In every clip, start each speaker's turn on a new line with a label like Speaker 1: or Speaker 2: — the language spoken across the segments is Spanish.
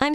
Speaker 1: I'm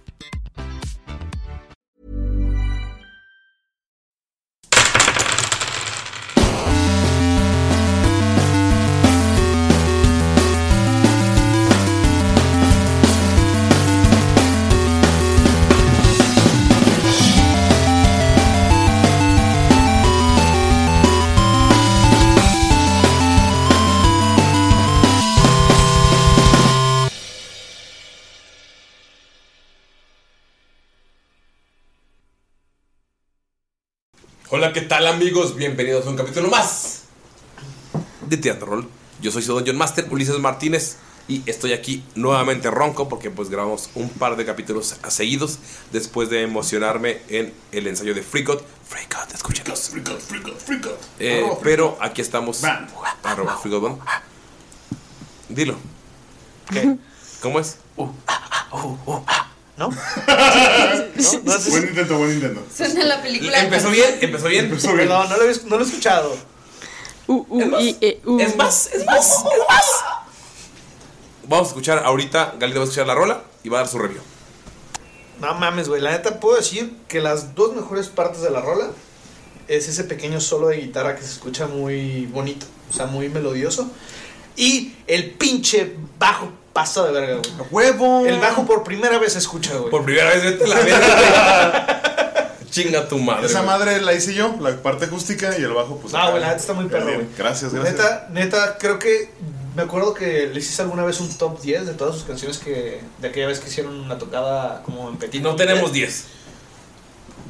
Speaker 2: Hola, ¿qué tal amigos? Bienvenidos a un capítulo más de Teatro Roll. Yo soy su Dungeon Master, Ulises Martínez, y estoy aquí nuevamente ronco porque pues grabamos un par de capítulos seguidos después de emocionarme en el ensayo de Freakout. Freakout, escúchenos. Freakout, Freakout, Freakout. Eh,
Speaker 3: Arroba
Speaker 2: pero aquí estamos. Arroba Freakout Band. Dilo. ¿Qué? ¿Cómo es? ah, uh, ¿No?
Speaker 4: Buen intento, buen intento.
Speaker 5: Suena la película.
Speaker 2: Empezó bien, empezó bien.
Speaker 4: No, no lo, he- no lo he escuchado.
Speaker 2: es, más, es más, es más, es más. Vamos a escuchar ahorita, Galita va a escuchar la rola y va a dar su review.
Speaker 4: No mames, güey. La neta puedo decir que las dos mejores partes de la rola es ese pequeño solo de guitarra que se escucha muy bonito, o sea, muy melodioso. Y el pinche bajo pasa de verga, güey.
Speaker 2: ¡Huevo!
Speaker 4: El bajo por primera vez se escucha, güey.
Speaker 2: Por primera vez vete a la verga. Chinga tu madre.
Speaker 4: Esa
Speaker 2: güey.
Speaker 4: madre la hice yo, la parte acústica y el bajo, pues. No, güey, la neta está muy perro, güey. Gracias, gracias. Neta, neta, creo que. Me acuerdo que le hiciste alguna vez un top 10 de todas sus canciones que. De aquella vez que hicieron una tocada como en Petit.
Speaker 2: No tenemos 10.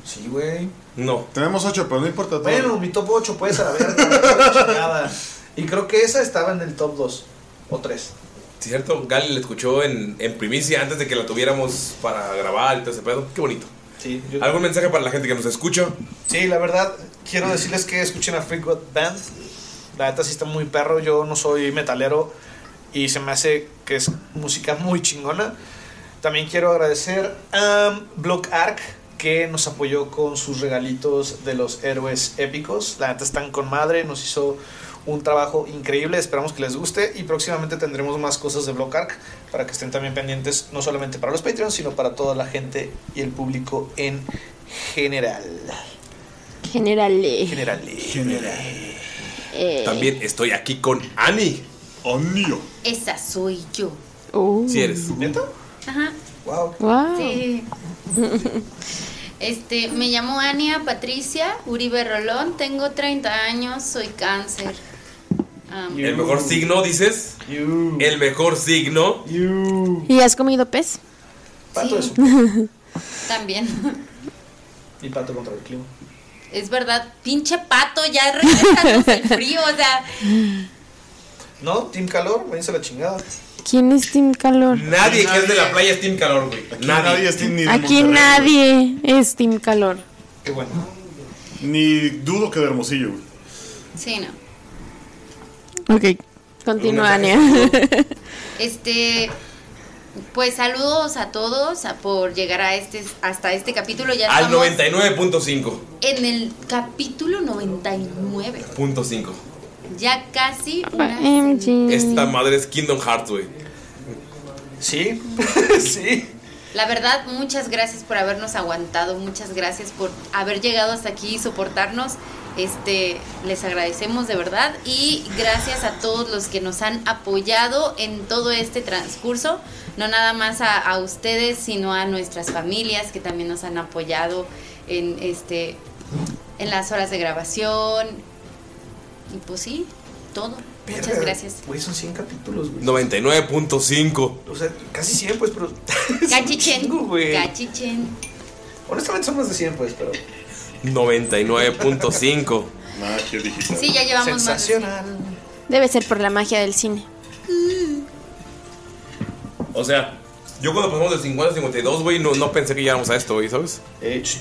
Speaker 4: Sí, güey.
Speaker 2: No.
Speaker 4: Tenemos 8, pero no importa
Speaker 2: todo.
Speaker 4: Bueno, mi top 8 puedes a la verga, la chingada. Y creo que esa estaba en el top 2 o 3.
Speaker 2: Cierto, Gali la escuchó en, en primicia antes de que la tuviéramos para grabar y todo ese pedo. Qué bonito.
Speaker 4: Sí,
Speaker 2: ¿Algún mensaje para la gente que nos escucha?
Speaker 4: Sí, la verdad, quiero decirles que escuchen a Freak God Band. La neta sí está muy perro. Yo no soy metalero y se me hace que es música muy chingona. También quiero agradecer a um, Block Arc que nos apoyó con sus regalitos de los héroes épicos. La neta están con madre, nos hizo un trabajo increíble. Esperamos que les guste y próximamente tendremos más cosas de Block Arc para que estén también pendientes, no solamente para los Patreons, sino para toda la gente y el público en general.
Speaker 5: General.
Speaker 4: General.
Speaker 5: Eh,
Speaker 2: También estoy aquí con Ani. Anio.
Speaker 5: Esa soy yo.
Speaker 2: Si eres.
Speaker 4: ¿Neta?
Speaker 5: Ajá.
Speaker 4: Wow.
Speaker 5: Sí. Este, me llamo Ania Patricia Uribe Rolón, tengo 30 años, soy cáncer. Am,
Speaker 2: El mejor signo, dices. El mejor signo.
Speaker 6: ¿Y has comido pez?
Speaker 4: Pato
Speaker 5: También.
Speaker 4: Y pato contra el clima.
Speaker 5: Es verdad, pinche pato, ya regresamos el frío, o sea,
Speaker 4: No, Team Calor, me dice la chingada.
Speaker 6: ¿Quién es Team Calor?
Speaker 2: Nadie, que es de la playa es Team Calor, güey. Nadie. es Team
Speaker 6: Aquí nadie es Team Calor.
Speaker 4: Qué bueno. Ni dudo que de Hermosillo,
Speaker 5: sí, no.
Speaker 6: Ok, continúa, Ania.
Speaker 5: Este, pues saludos a todos a- por llegar a este hasta este capítulo ya
Speaker 2: Al
Speaker 5: estamos
Speaker 2: 99.5.
Speaker 5: en el capítulo 99.
Speaker 2: Punto cinco.
Speaker 5: Ya casi una
Speaker 6: MG.
Speaker 2: Esta madre es Kingdom Hearts, güey.
Speaker 4: Sí, sí.
Speaker 5: La verdad, muchas gracias por habernos aguantado, muchas gracias por haber llegado hasta aquí y soportarnos. Este, les agradecemos de verdad y gracias a todos los que nos han apoyado en todo este transcurso, no nada más a, a ustedes, sino a nuestras familias que también nos han apoyado en este en las horas de grabación. Y pues sí, todo. Muchas
Speaker 4: Verga,
Speaker 5: gracias.
Speaker 4: Güey, son 100 capítulos, güey.
Speaker 2: 99.5.
Speaker 4: O sea, casi 100, pues, pero.
Speaker 5: Cachichen.
Speaker 4: chingo, güey.
Speaker 5: Cachichen.
Speaker 4: Honestamente son más de 100, pues, pero.
Speaker 2: 99.5.
Speaker 6: Magia digital.
Speaker 5: Sí, ya llevamos más. de-
Speaker 4: Sensacional.
Speaker 7: Debe ser por la magia del cine.
Speaker 2: O sea, yo cuando pasamos de 50 a 52, güey, no, no pensé que llegáramos a esto, güey, ¿sabes?
Speaker 4: Eh, ch-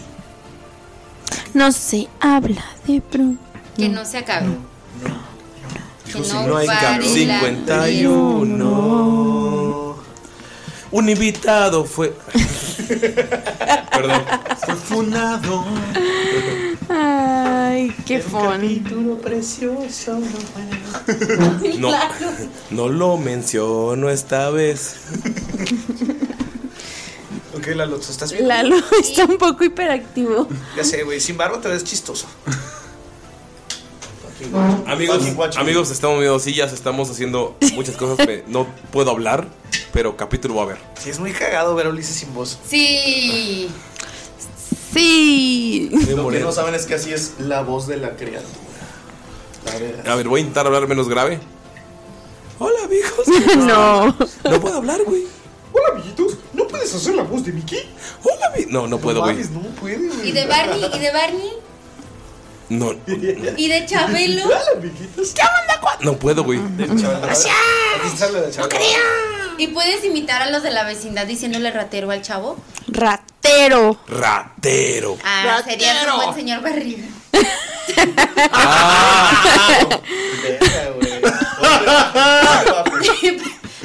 Speaker 7: No se habla de pro.
Speaker 5: Que no se acabe. Que no, pare la-
Speaker 2: 51. Un invitado fue. Perdón.
Speaker 6: Fue funado.
Speaker 7: Ay, qué fun.
Speaker 4: capítulo precioso. no, bueno.
Speaker 2: No, no lo menciono esta vez.
Speaker 4: Ok, Lalo, ¿tú estás bien?
Speaker 7: Lalo está un poco hiperactivo.
Speaker 4: Ya sé, güey. Sin barba te ves chistoso.
Speaker 2: Amigos,
Speaker 6: Fucking watch me.
Speaker 2: amigos, estamos viendo sillas, estamos haciendo muchas cosas. me- no puedo hablar, pero capítulo va a haber.
Speaker 4: Sí, es muy cagado ver a Ulises sin voz.
Speaker 5: Sí.
Speaker 7: Sí.
Speaker 2: Voy a
Speaker 6: Lo que
Speaker 2: morir.
Speaker 6: no saben es que así es la voz de la criatura. La
Speaker 2: A
Speaker 6: verdad.
Speaker 2: ver, voy a intentar hablar menos grave. Hola, amigos.
Speaker 7: No.
Speaker 2: No puedo hablar, güey.
Speaker 4: Hola, amiguitos. ¿No puedes hacer la voz de Mickey?
Speaker 2: Hola, mi- No, no puedo, güey.
Speaker 4: Mames, no puede, güey.
Speaker 5: ¿Y de Barney? ¿Y de Barney?
Speaker 2: No,
Speaker 5: ¿Y de Chabelo?
Speaker 4: Hola, amiguitos.
Speaker 2: no puedo, güey.
Speaker 4: Aquí sale la chava.
Speaker 5: ¿Y puedes imitar a los de la vecindad diciéndole ratero al chavo?
Speaker 7: Ratero.
Speaker 2: Ratero.
Speaker 5: Ah, sería un buen señor Barriga.
Speaker 6: Verga, güey. Oye,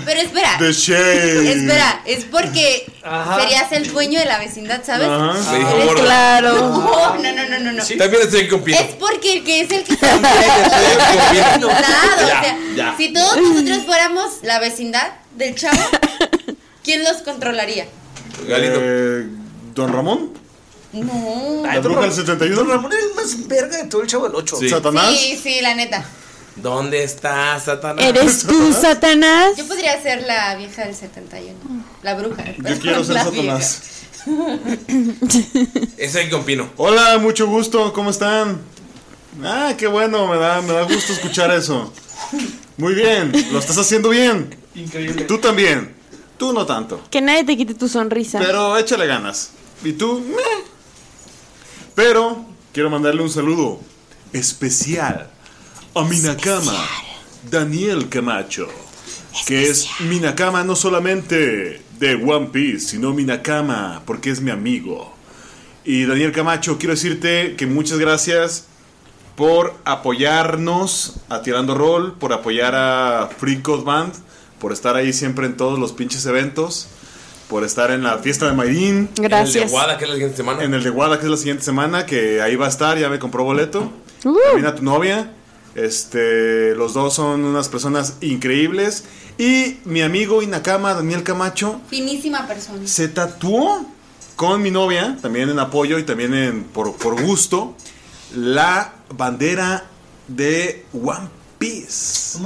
Speaker 5: Pero espera,
Speaker 6: The Shade.
Speaker 5: espera, es porque
Speaker 4: Ajá.
Speaker 5: serías el dueño de la vecindad, ¿sabes? "Oh,
Speaker 6: Ajá.
Speaker 2: Me dijo
Speaker 7: Eres
Speaker 2: gordo.
Speaker 7: claro.
Speaker 5: No, no, no, no, no. no.
Speaker 4: Sí.
Speaker 2: También estoy aquí con Pino.
Speaker 7: Eh.
Speaker 5: Es porque el que es el que está
Speaker 2: Estoy aquí con Pino.
Speaker 5: nada, o
Speaker 2: Ya,
Speaker 5: sea,
Speaker 2: ya.
Speaker 5: si todos nosotros fuéramos la vecindad del chavo, ¿quién los controlaría?
Speaker 2: Galito.
Speaker 6: Eh, Don Ramón.
Speaker 5: No.
Speaker 6: La bruja del 71.
Speaker 4: Don Ramón es el más verga de todo el chavo del 8.
Speaker 2: Sí.
Speaker 6: Satanás.
Speaker 5: Sí, sí, la neta.
Speaker 2: ¿Dónde estás, Satanás?
Speaker 7: ¿Eres tú, Satanás?
Speaker 5: Yo podría ser la vieja del 71, la bruja.
Speaker 6: Yo quiero ser
Speaker 5: la
Speaker 6: Satanás.
Speaker 2: Estoy aquí con Pino.
Speaker 6: Hola, mucho gusto. ¿Cómo están? Ah, qué bueno. Me da, me da gusto escuchar eso. Muy bien. Lo estás haciendo bien.
Speaker 4: Increíble.
Speaker 6: Tú también. Tú no tanto.
Speaker 7: Que nadie te quite tu sonrisa.
Speaker 6: Pero échale ganas. Y tú, meh. Pero quiero mandarle un saludo especial a Minakama, Daniel Camacho. Que es Minakama no solamente de One Piece, sino Minakama, porque es mi amigo. Y Daniel Camacho, quiero decirte que muchas gracias por apoyarnos a Tirando Roll, por apoyar a Free Code Band, por estar ahí siempre en todos los pinches eventos, por estar en la fiesta de Mayrin,
Speaker 2: El de
Speaker 7: Gracias.
Speaker 2: Guada, que es la siguiente semana.
Speaker 6: en el de Guada, que es la siguiente semana, que ahí va a estar, ya me compró boleto. También a tu novia. Este, los dos son unas personas increíbles. Y mi amigo Inakama, Daniel Camacho,
Speaker 5: Finísima persona.
Speaker 6: se tatuó con mi novia, también en apoyo y también en, por, por gusto, la bandera de One Piece.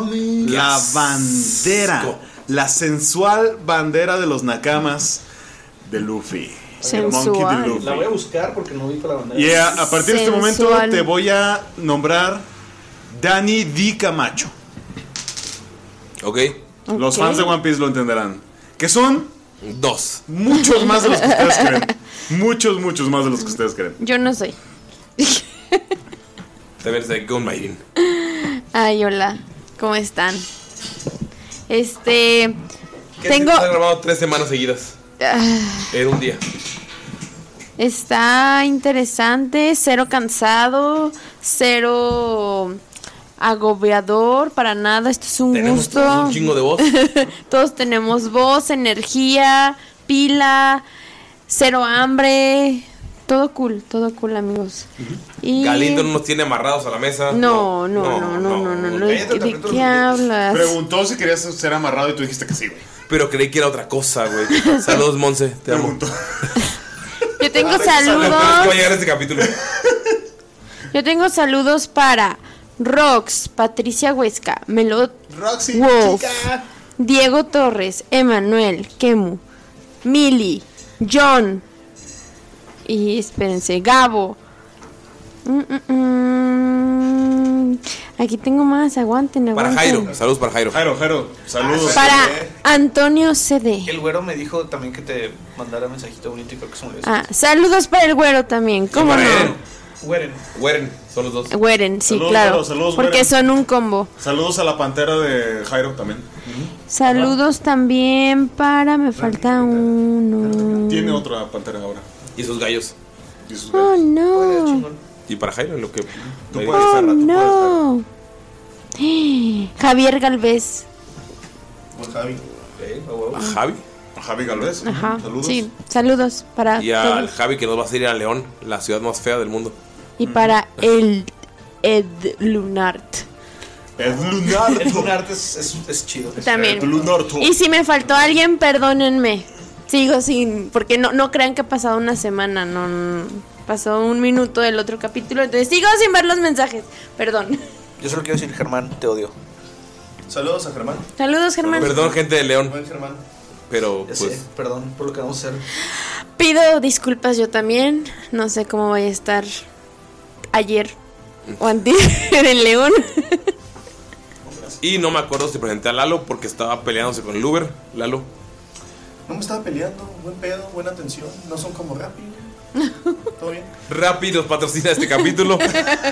Speaker 6: La bandera, la sensual bandera de los Nakamas de Luffy. El monkey de
Speaker 7: Sensual.
Speaker 6: Luffy.
Speaker 4: La voy a buscar porque no vi con la bandera.
Speaker 6: Y a, a partir de este momento
Speaker 7: Sensual.
Speaker 6: te voy a nombrar Dani Di Camacho.
Speaker 2: Ok.
Speaker 6: Los
Speaker 7: Ok.
Speaker 6: fans de One Piece lo entenderán. Que son
Speaker 2: Dos.
Speaker 6: muchos más de los que ustedes creen. Muchos, muchos más de los que ustedes creen.
Speaker 7: Yo no soy.
Speaker 2: También estoy aquí con Mayrin.
Speaker 7: Ay, hola. ¿Cómo están? Este.
Speaker 2: Que
Speaker 7: Tengo.
Speaker 2: Está grabado tres semanas seguidas.
Speaker 7: Ah,
Speaker 2: En un día.
Speaker 7: Está interesante, cero cansado, cero agobiador, para nada. Esto es un
Speaker 2: Tenemos
Speaker 7: gusto.
Speaker 2: todos un chingo de voz.
Speaker 7: Todos tenemos voz, energía, pila, cero hambre. Todo cool, todo cool, amigos. Y
Speaker 2: Galindo no nos tiene amarrados a la mesa.
Speaker 7: no, no, no, no, no, no, no,
Speaker 4: cállate,
Speaker 7: ¿De
Speaker 4: también tú
Speaker 7: qué
Speaker 4: no
Speaker 7: hablas?
Speaker 6: Preguntó si querías ser amarrado y tú dijiste que sí, güey.
Speaker 2: pero creí que era otra cosa, güey. Saludos, Monse. Te amo.
Speaker 5: Yo tengo
Speaker 2: Lo peor es que va a
Speaker 5: saludos.
Speaker 2: llegar este capítulo.
Speaker 5: Yo tengo saludos para Rox, Patricia Huesca, Melot,
Speaker 8: Roxy,
Speaker 5: Wolf,
Speaker 8: chica.
Speaker 5: Diego Torres, Emanuel, Kemu, Mili, John. Y espérense, Gabo. Mm, mm, mm. Aquí tengo más, aguanten,
Speaker 2: Para
Speaker 5: aguanten.
Speaker 2: Jairo. Saludos para Jairo.
Speaker 6: Jairo, Jairo, saludos.
Speaker 5: Para Antonio CD.
Speaker 4: El güero me dijo también que te mandara mensajito bonito y creo que se me olvidó.
Speaker 5: Ah, saludos para el güero también, ¿cómo
Speaker 2: Para
Speaker 5: no?
Speaker 2: Eren.
Speaker 4: Güeren.
Speaker 2: Weren, son los dos.
Speaker 5: Güeren, sí,
Speaker 6: Saludos,
Speaker 5: claro.
Speaker 6: saludos, saludos,
Speaker 5: porque
Speaker 6: Güeren.
Speaker 5: son un combo.
Speaker 6: Saludos a la pantera de Jairo también.
Speaker 5: Saludos también para. Me falta uno.
Speaker 6: Tiene otra pantera ahora.
Speaker 2: Y sus gallos.
Speaker 6: Y sus
Speaker 5: Oh
Speaker 6: gallos.
Speaker 5: no.
Speaker 2: Y para Jairo, en lo que.
Speaker 6: Tú
Speaker 2: Ahí.
Speaker 6: puedes,
Speaker 5: Oh
Speaker 6: Farra, tú puedes,
Speaker 5: no. Javier Galvez.
Speaker 8: Pues Javi.
Speaker 2: A Javi.
Speaker 6: Farra. Javi Galvez.
Speaker 5: Ajá.
Speaker 6: Saludos.
Speaker 5: Sí, saludos para.
Speaker 2: Y al
Speaker 5: todos.
Speaker 2: Javi que nos va a seguir a León, la ciudad más fea del mundo.
Speaker 5: Y para el Ed Lunart.
Speaker 6: Es Lunarto.
Speaker 4: El Lunarte es, es, es chido.
Speaker 5: También.
Speaker 6: Ed Lunarto.
Speaker 5: Y si me faltó alguien, perdónenme. Sigo sin. Porque no, no crean que ha pasado una semana, no. no, Pasó un minuto del otro capítulo, entonces sigo sin ver los mensajes. Perdón.
Speaker 4: Yo solo quiero decir, Germán, te odio.
Speaker 8: Saludos a Germán.
Speaker 5: Saludos, Germán.
Speaker 2: Perdón, gente de León,
Speaker 8: Buen Germán.
Speaker 2: pero
Speaker 4: Ya
Speaker 2: pues.
Speaker 4: sé, perdón por lo que vamos a hacer.
Speaker 5: Pido disculpas yo también. No sé cómo voy a estar ayer o antes en León.
Speaker 2: Y no me acuerdo si presenté a Lalo porque estaba peleándose con el Uber. Lalo,
Speaker 8: No me estaba peleando. Buen pedo, buena atención. No son como Rappi. Todo bien.
Speaker 2: rápido patrocina este capítulo.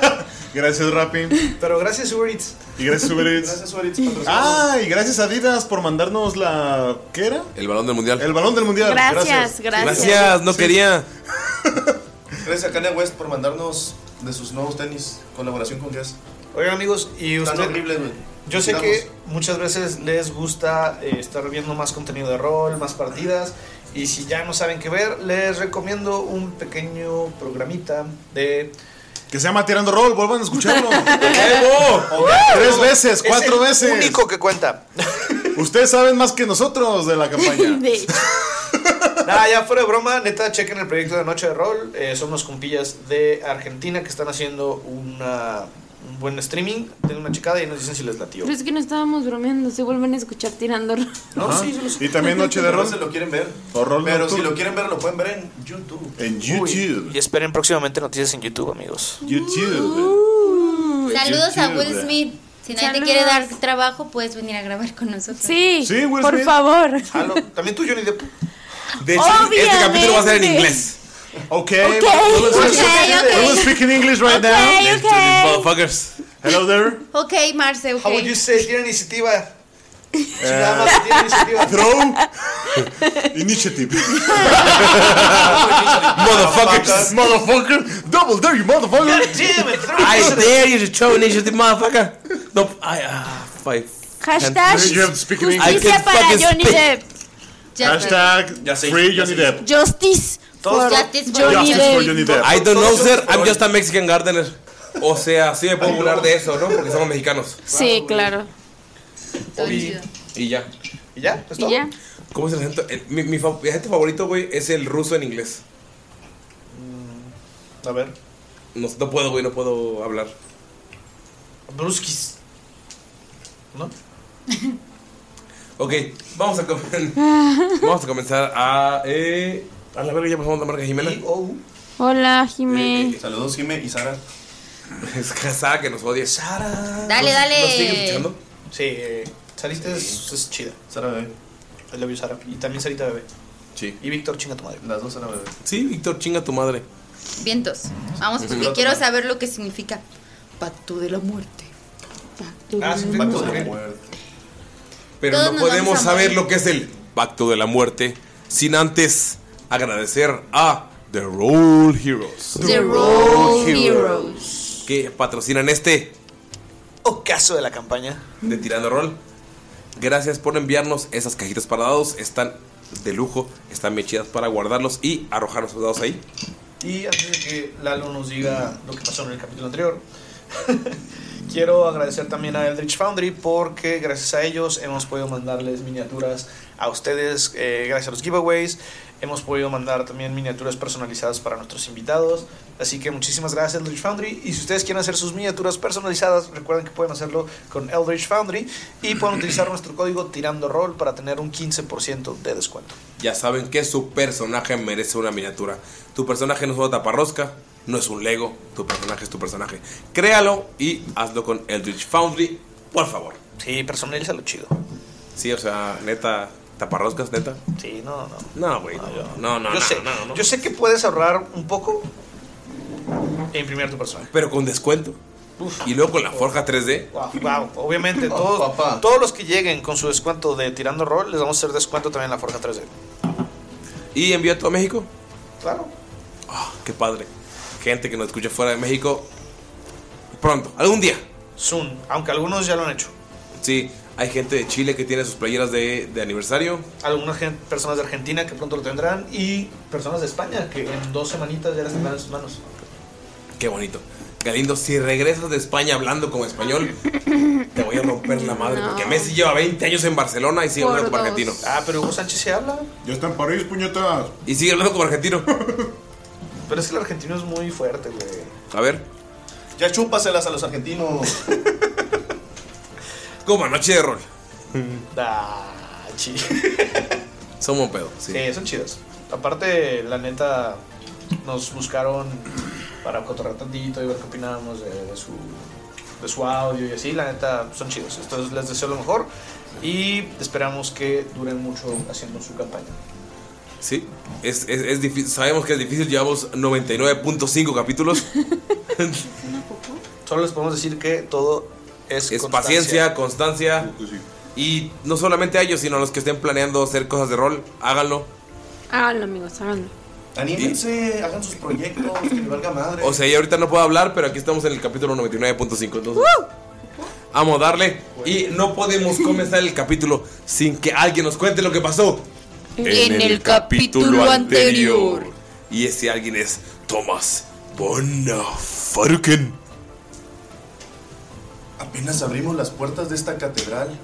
Speaker 6: Gracias, Rappi.
Speaker 4: Pero gracias, Uber Eats.
Speaker 6: Y gracias, Uber Eats.
Speaker 8: Gracias, Uber Eats, patrocinador.
Speaker 6: Ah, y gracias Adidas por mandarnos la. ¿Qué era?
Speaker 2: El balón del mundial.
Speaker 6: El balón del mundial.
Speaker 5: Gracias, gracias.
Speaker 2: Gracias, no quería.
Speaker 8: Gracias a Kanye West por mandarnos de sus nuevos tenis. Colaboración con Guess.
Speaker 4: Oigan, amigos, y
Speaker 8: Están
Speaker 4: usted...
Speaker 8: horribles, güey.
Speaker 4: Yo sé
Speaker 8: Sigamos.
Speaker 4: que muchas veces les gusta eh, estar viendo más contenido de rol, más partidas. Y si ya no saben qué ver, les recomiendo un pequeño programita de.
Speaker 6: Que se llama Tirando Roll, vuelvan a escucharlo.
Speaker 2: ¡Evo!
Speaker 4: Oh,
Speaker 6: Tres veces,
Speaker 4: Es
Speaker 6: cuatro
Speaker 4: el
Speaker 6: veces.
Speaker 4: único que cuenta.
Speaker 6: Ustedes saben más que nosotros de la campaña.
Speaker 5: De hecho,
Speaker 4: Nada, ya fuera de broma, neta, chequen el proyecto de Noche de Rol. Eh, son unos compillas de Argentina que están haciendo una, un buen streaming. Denle una checada y nos dicen si les latió.
Speaker 5: pero es que no estábamos bromeando, se vuelven a escuchar tirando. ro-
Speaker 4: No, sí, se los-
Speaker 6: Y también Noche de
Speaker 8: Pero
Speaker 6: Rol
Speaker 8: se lo quieren ver.
Speaker 6: O rol
Speaker 8: Pero
Speaker 6: nocturno.
Speaker 8: si lo quieren ver, lo pueden ver en YouTube.
Speaker 6: en
Speaker 4: Uy,
Speaker 6: YouTube.
Speaker 4: Y esperen próximamente noticias en YouTube, amigos.
Speaker 6: YouTube.
Speaker 7: Saludos a Will
Speaker 6: YouTube.
Speaker 7: Smith. Si nadie te
Speaker 5: Saludos.
Speaker 7: quiere dar trabajo, puedes venir a grabar con nosotros.
Speaker 5: Sí,
Speaker 6: Sí, Will
Speaker 5: por
Speaker 6: Smith.
Speaker 5: favor.
Speaker 4: Halo, también tú, Johnny Depp.
Speaker 2: De hecho, este capítulo va a ser en
Speaker 5: Obviamente.
Speaker 2: inglés.
Speaker 6: Ok.
Speaker 5: Ok,
Speaker 6: we will-
Speaker 7: ok.
Speaker 6: we will speak in English right
Speaker 5: Ok,
Speaker 6: now.
Speaker 5: ok.
Speaker 2: Motherfuckers.
Speaker 6: Hello there.
Speaker 7: Ok, Marce, ok.
Speaker 4: How Oh, would you say? Tiene iniciativa.
Speaker 8: Eh.
Speaker 4: Chingada madre, tiene iniciativa.
Speaker 6: Throw initiative.
Speaker 2: Motherfuckers.
Speaker 6: motherfucker. Double dare you, motherfucker.
Speaker 4: Damn it, throw
Speaker 2: I
Speaker 4: initiative.
Speaker 2: dare you to show initiative, motherfucker. No, I. ah, five.
Speaker 5: Hashtag
Speaker 6: You have to speak in English.
Speaker 2: I
Speaker 5: justicia
Speaker 2: can
Speaker 5: para
Speaker 2: fucking
Speaker 5: Johnny
Speaker 2: speak.
Speaker 5: Depp.
Speaker 7: Ya
Speaker 6: Hashtag
Speaker 2: Ya sé,
Speaker 6: free
Speaker 2: ya
Speaker 6: Johnny
Speaker 2: sé.
Speaker 6: Depp.
Speaker 5: Justice
Speaker 4: Todos-
Speaker 5: for
Speaker 7: Justice for
Speaker 5: Johnny
Speaker 6: Justice for
Speaker 5: Depp.
Speaker 6: Johnny Depp.
Speaker 2: I don't know, sir. I'm just a Mexican gardener. O sea, sí me puedo burlar de eso, ¿no? Porque somos mexicanos.
Speaker 5: Sí, claro.
Speaker 7: Todo chido.
Speaker 2: Y ya.
Speaker 4: ¿Y ya? ¿Es todo?
Speaker 5: Y ya.
Speaker 2: ¿Cómo es el acento? El- mi, mi fa- mi acento favorito, güey, es el ruso en inglés.
Speaker 4: A ver.
Speaker 2: No, no puedo, güey, no puedo hablar.
Speaker 4: Bruskis. ¿No?
Speaker 2: Ok, vamos a, comen- vamos a comenzar a... eh, a la verga, ya pasamos la marca Jimena.
Speaker 4: Y oh,
Speaker 5: Hola,
Speaker 6: Eh,
Speaker 5: Jimé.
Speaker 8: Saludos, Jime y Sara.
Speaker 2: Es casada que nos odia.
Speaker 4: Sara.
Speaker 7: Dale,
Speaker 2: ¿Nos siguen
Speaker 7: dale.
Speaker 2: escuchando?
Speaker 4: Sí, eh, Sarita es, es chida.
Speaker 8: Sara Bebé.
Speaker 4: I love you, Sara. Y también Sarita Bebé.
Speaker 2: Sí.
Speaker 4: Y Víctor, chinga tu madre.
Speaker 8: Las dos Sara Bebé.
Speaker 2: Sí, Víctor, chinga tu madre.
Speaker 7: Vientos. Vamos porque quiero saber lo que significa pacto de la muerte.
Speaker 4: Ah, sí, sí,
Speaker 8: Pacto
Speaker 4: sí.
Speaker 8: de la muerte.
Speaker 2: Pero
Speaker 7: Todos
Speaker 2: no
Speaker 7: nos vamos
Speaker 2: podemos
Speaker 7: a
Speaker 2: saber
Speaker 7: morir.
Speaker 2: lo que es el pacto de la muerte sin antes agradecer a The Roll Heroes
Speaker 7: The Roll Heroes.
Speaker 2: que patrocinan este
Speaker 4: Ocaso de la campaña.
Speaker 2: de Tirando Roll. Gracias por enviarnos esas cajitas para dados. Están de lujo, están bien chidas para guardarlos y arrojar los dados ahí.
Speaker 4: Y antes de que Lalo nos diga lo que pasó en el capítulo anterior,
Speaker 9: Quiero agradecer también a Eldritch Foundry porque gracias a ellos hemos podido mandarles miniaturas a ustedes, eh, gracias a los giveaways. Hemos podido mandar también miniaturas personalizadas para nuestros invitados. Así que muchísimas gracias Eldritch Foundry. Y si ustedes quieren hacer sus miniaturas personalizadas, recuerden que pueden hacerlo con Eldritch Foundry y pueden utilizar nuestro código tirando roll para tener un 15% de descuento.
Speaker 2: Ya saben que su personaje merece una miniatura. Tu personaje no es una taparrosca, no es un Lego. Tu personaje es tu personaje. Créalo y hazlo con Eldritch Foundry, por favor.
Speaker 9: Sí, personalízalo chido.
Speaker 2: Sí, o sea, neta, taparroscas, neta.
Speaker 9: Sí, no, no.
Speaker 2: No, güey. No, no, no.
Speaker 9: yo, sé,
Speaker 2: no, no.
Speaker 9: yo sé que puedes ahorrar un poco e imprimir tu personaje.
Speaker 2: Pero con descuento. y luego con la forja 3D.
Speaker 9: Wow, wow. Obviamente, todos, todos los que lleguen con su descuento de Tirando Roll, les vamos a hacer descuento también en la Forja 3D.
Speaker 2: Y envío a todo México.
Speaker 9: Claro.
Speaker 2: Qué padre. Gente que nos escucha fuera de México. Pronto, algún día.
Speaker 9: Zoom, aunque algunos ya lo han hecho.
Speaker 2: Sí, hay gente de Chile que tiene sus playeras de, de aniversario.
Speaker 9: Algunas gen- personas de Argentina que pronto lo tendrán y personas de España que en dos semanitas ya las tendrán en sus manos.
Speaker 2: Qué bonito. Galindo, si regresas de España hablando como español, te voy a romper la madre.
Speaker 9: No.
Speaker 2: Porque Messi lleva 20 años en Barcelona y sigue
Speaker 9: Por
Speaker 2: hablando como
Speaker 9: dos.
Speaker 2: argentino.
Speaker 9: Ah, pero Hugo Sánchez se habla.
Speaker 2: Ya está en París, puñetas. Y sigue hablando como argentino.
Speaker 9: Pero es que el argentino es muy fuerte, güey.
Speaker 2: A ver.
Speaker 4: Ya chúpaselas a los argentinos.
Speaker 2: Como noche de rol.
Speaker 9: Ah, chido.
Speaker 2: Somos un pedo. Sí.
Speaker 9: Sí. son chidos. Aparte, la neta, nos buscaron para cotorrear tantito y ver qué opinábamos de, de su, de su audio y así. La neta, son chidos. Entonces, les deseo lo mejor y esperamos que duren mucho haciendo su campaña.
Speaker 2: Sí, es, es, es difícil. Sabemos que es difícil. Llevamos 99.5 capítulos.
Speaker 9: Solo les podemos decir que todo es,
Speaker 2: es paciencia, constancia. Y no solamente a ellos, sino a los que estén planeando hacer cosas de rol, háganlo.
Speaker 6: eh.
Speaker 5: Háganlo, amigos, háganlo.
Speaker 4: Anímense, hagan sus proyectos, que le valga madre.
Speaker 2: O sea, yo ahorita no puedo hablar, pero aquí estamos en el capítulo 99.5. Entonces, vamos a darle. Y no podemos comenzar el capítulo sin que alguien nos cuente lo que pasó
Speaker 10: En el capítulo anterior.
Speaker 2: Y ese alguien es Thomas Bonafarken.
Speaker 4: Apenas abrimos las puertas de esta catedral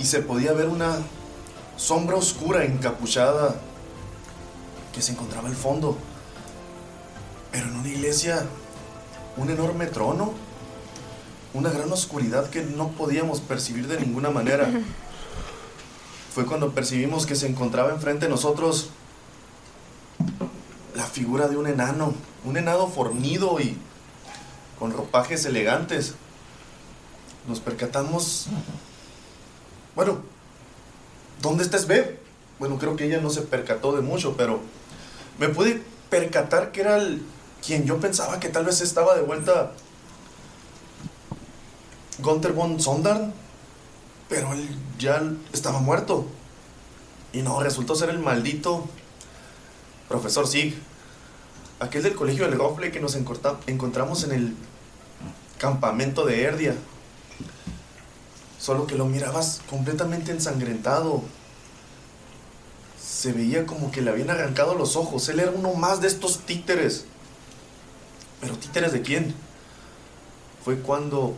Speaker 4: y se podía ver una sombra oscura encapuchada que se encontraba al fondo. Pero en una iglesia, un enorme trono, una gran oscuridad que no podíamos percibir de ninguna manera. Fue cuando percibimos que se encontraba enfrente de nosotros la figura de un enano, un enano fornido y con ropajes elegantes. Nos percatamos. Bueno, ¿dónde está Sveb? Bueno, creo que ella no se percató de mucho, pero me pude percatar que era el quien yo pensaba que tal vez estaba de vuelta. Gunther von Sondarn, pero él ya estaba muerto. Y no, resultó ser el maldito profesor Sig, aquel del colegio del Gofle que nos encorta- encontramos en el campamento de Erdia. Solo que lo mirabas completamente ensangrentado. Se veía como que le habían arrancado los ojos. Él era uno más de estos títeres. ¿Pero títeres de quién? Fue cuando,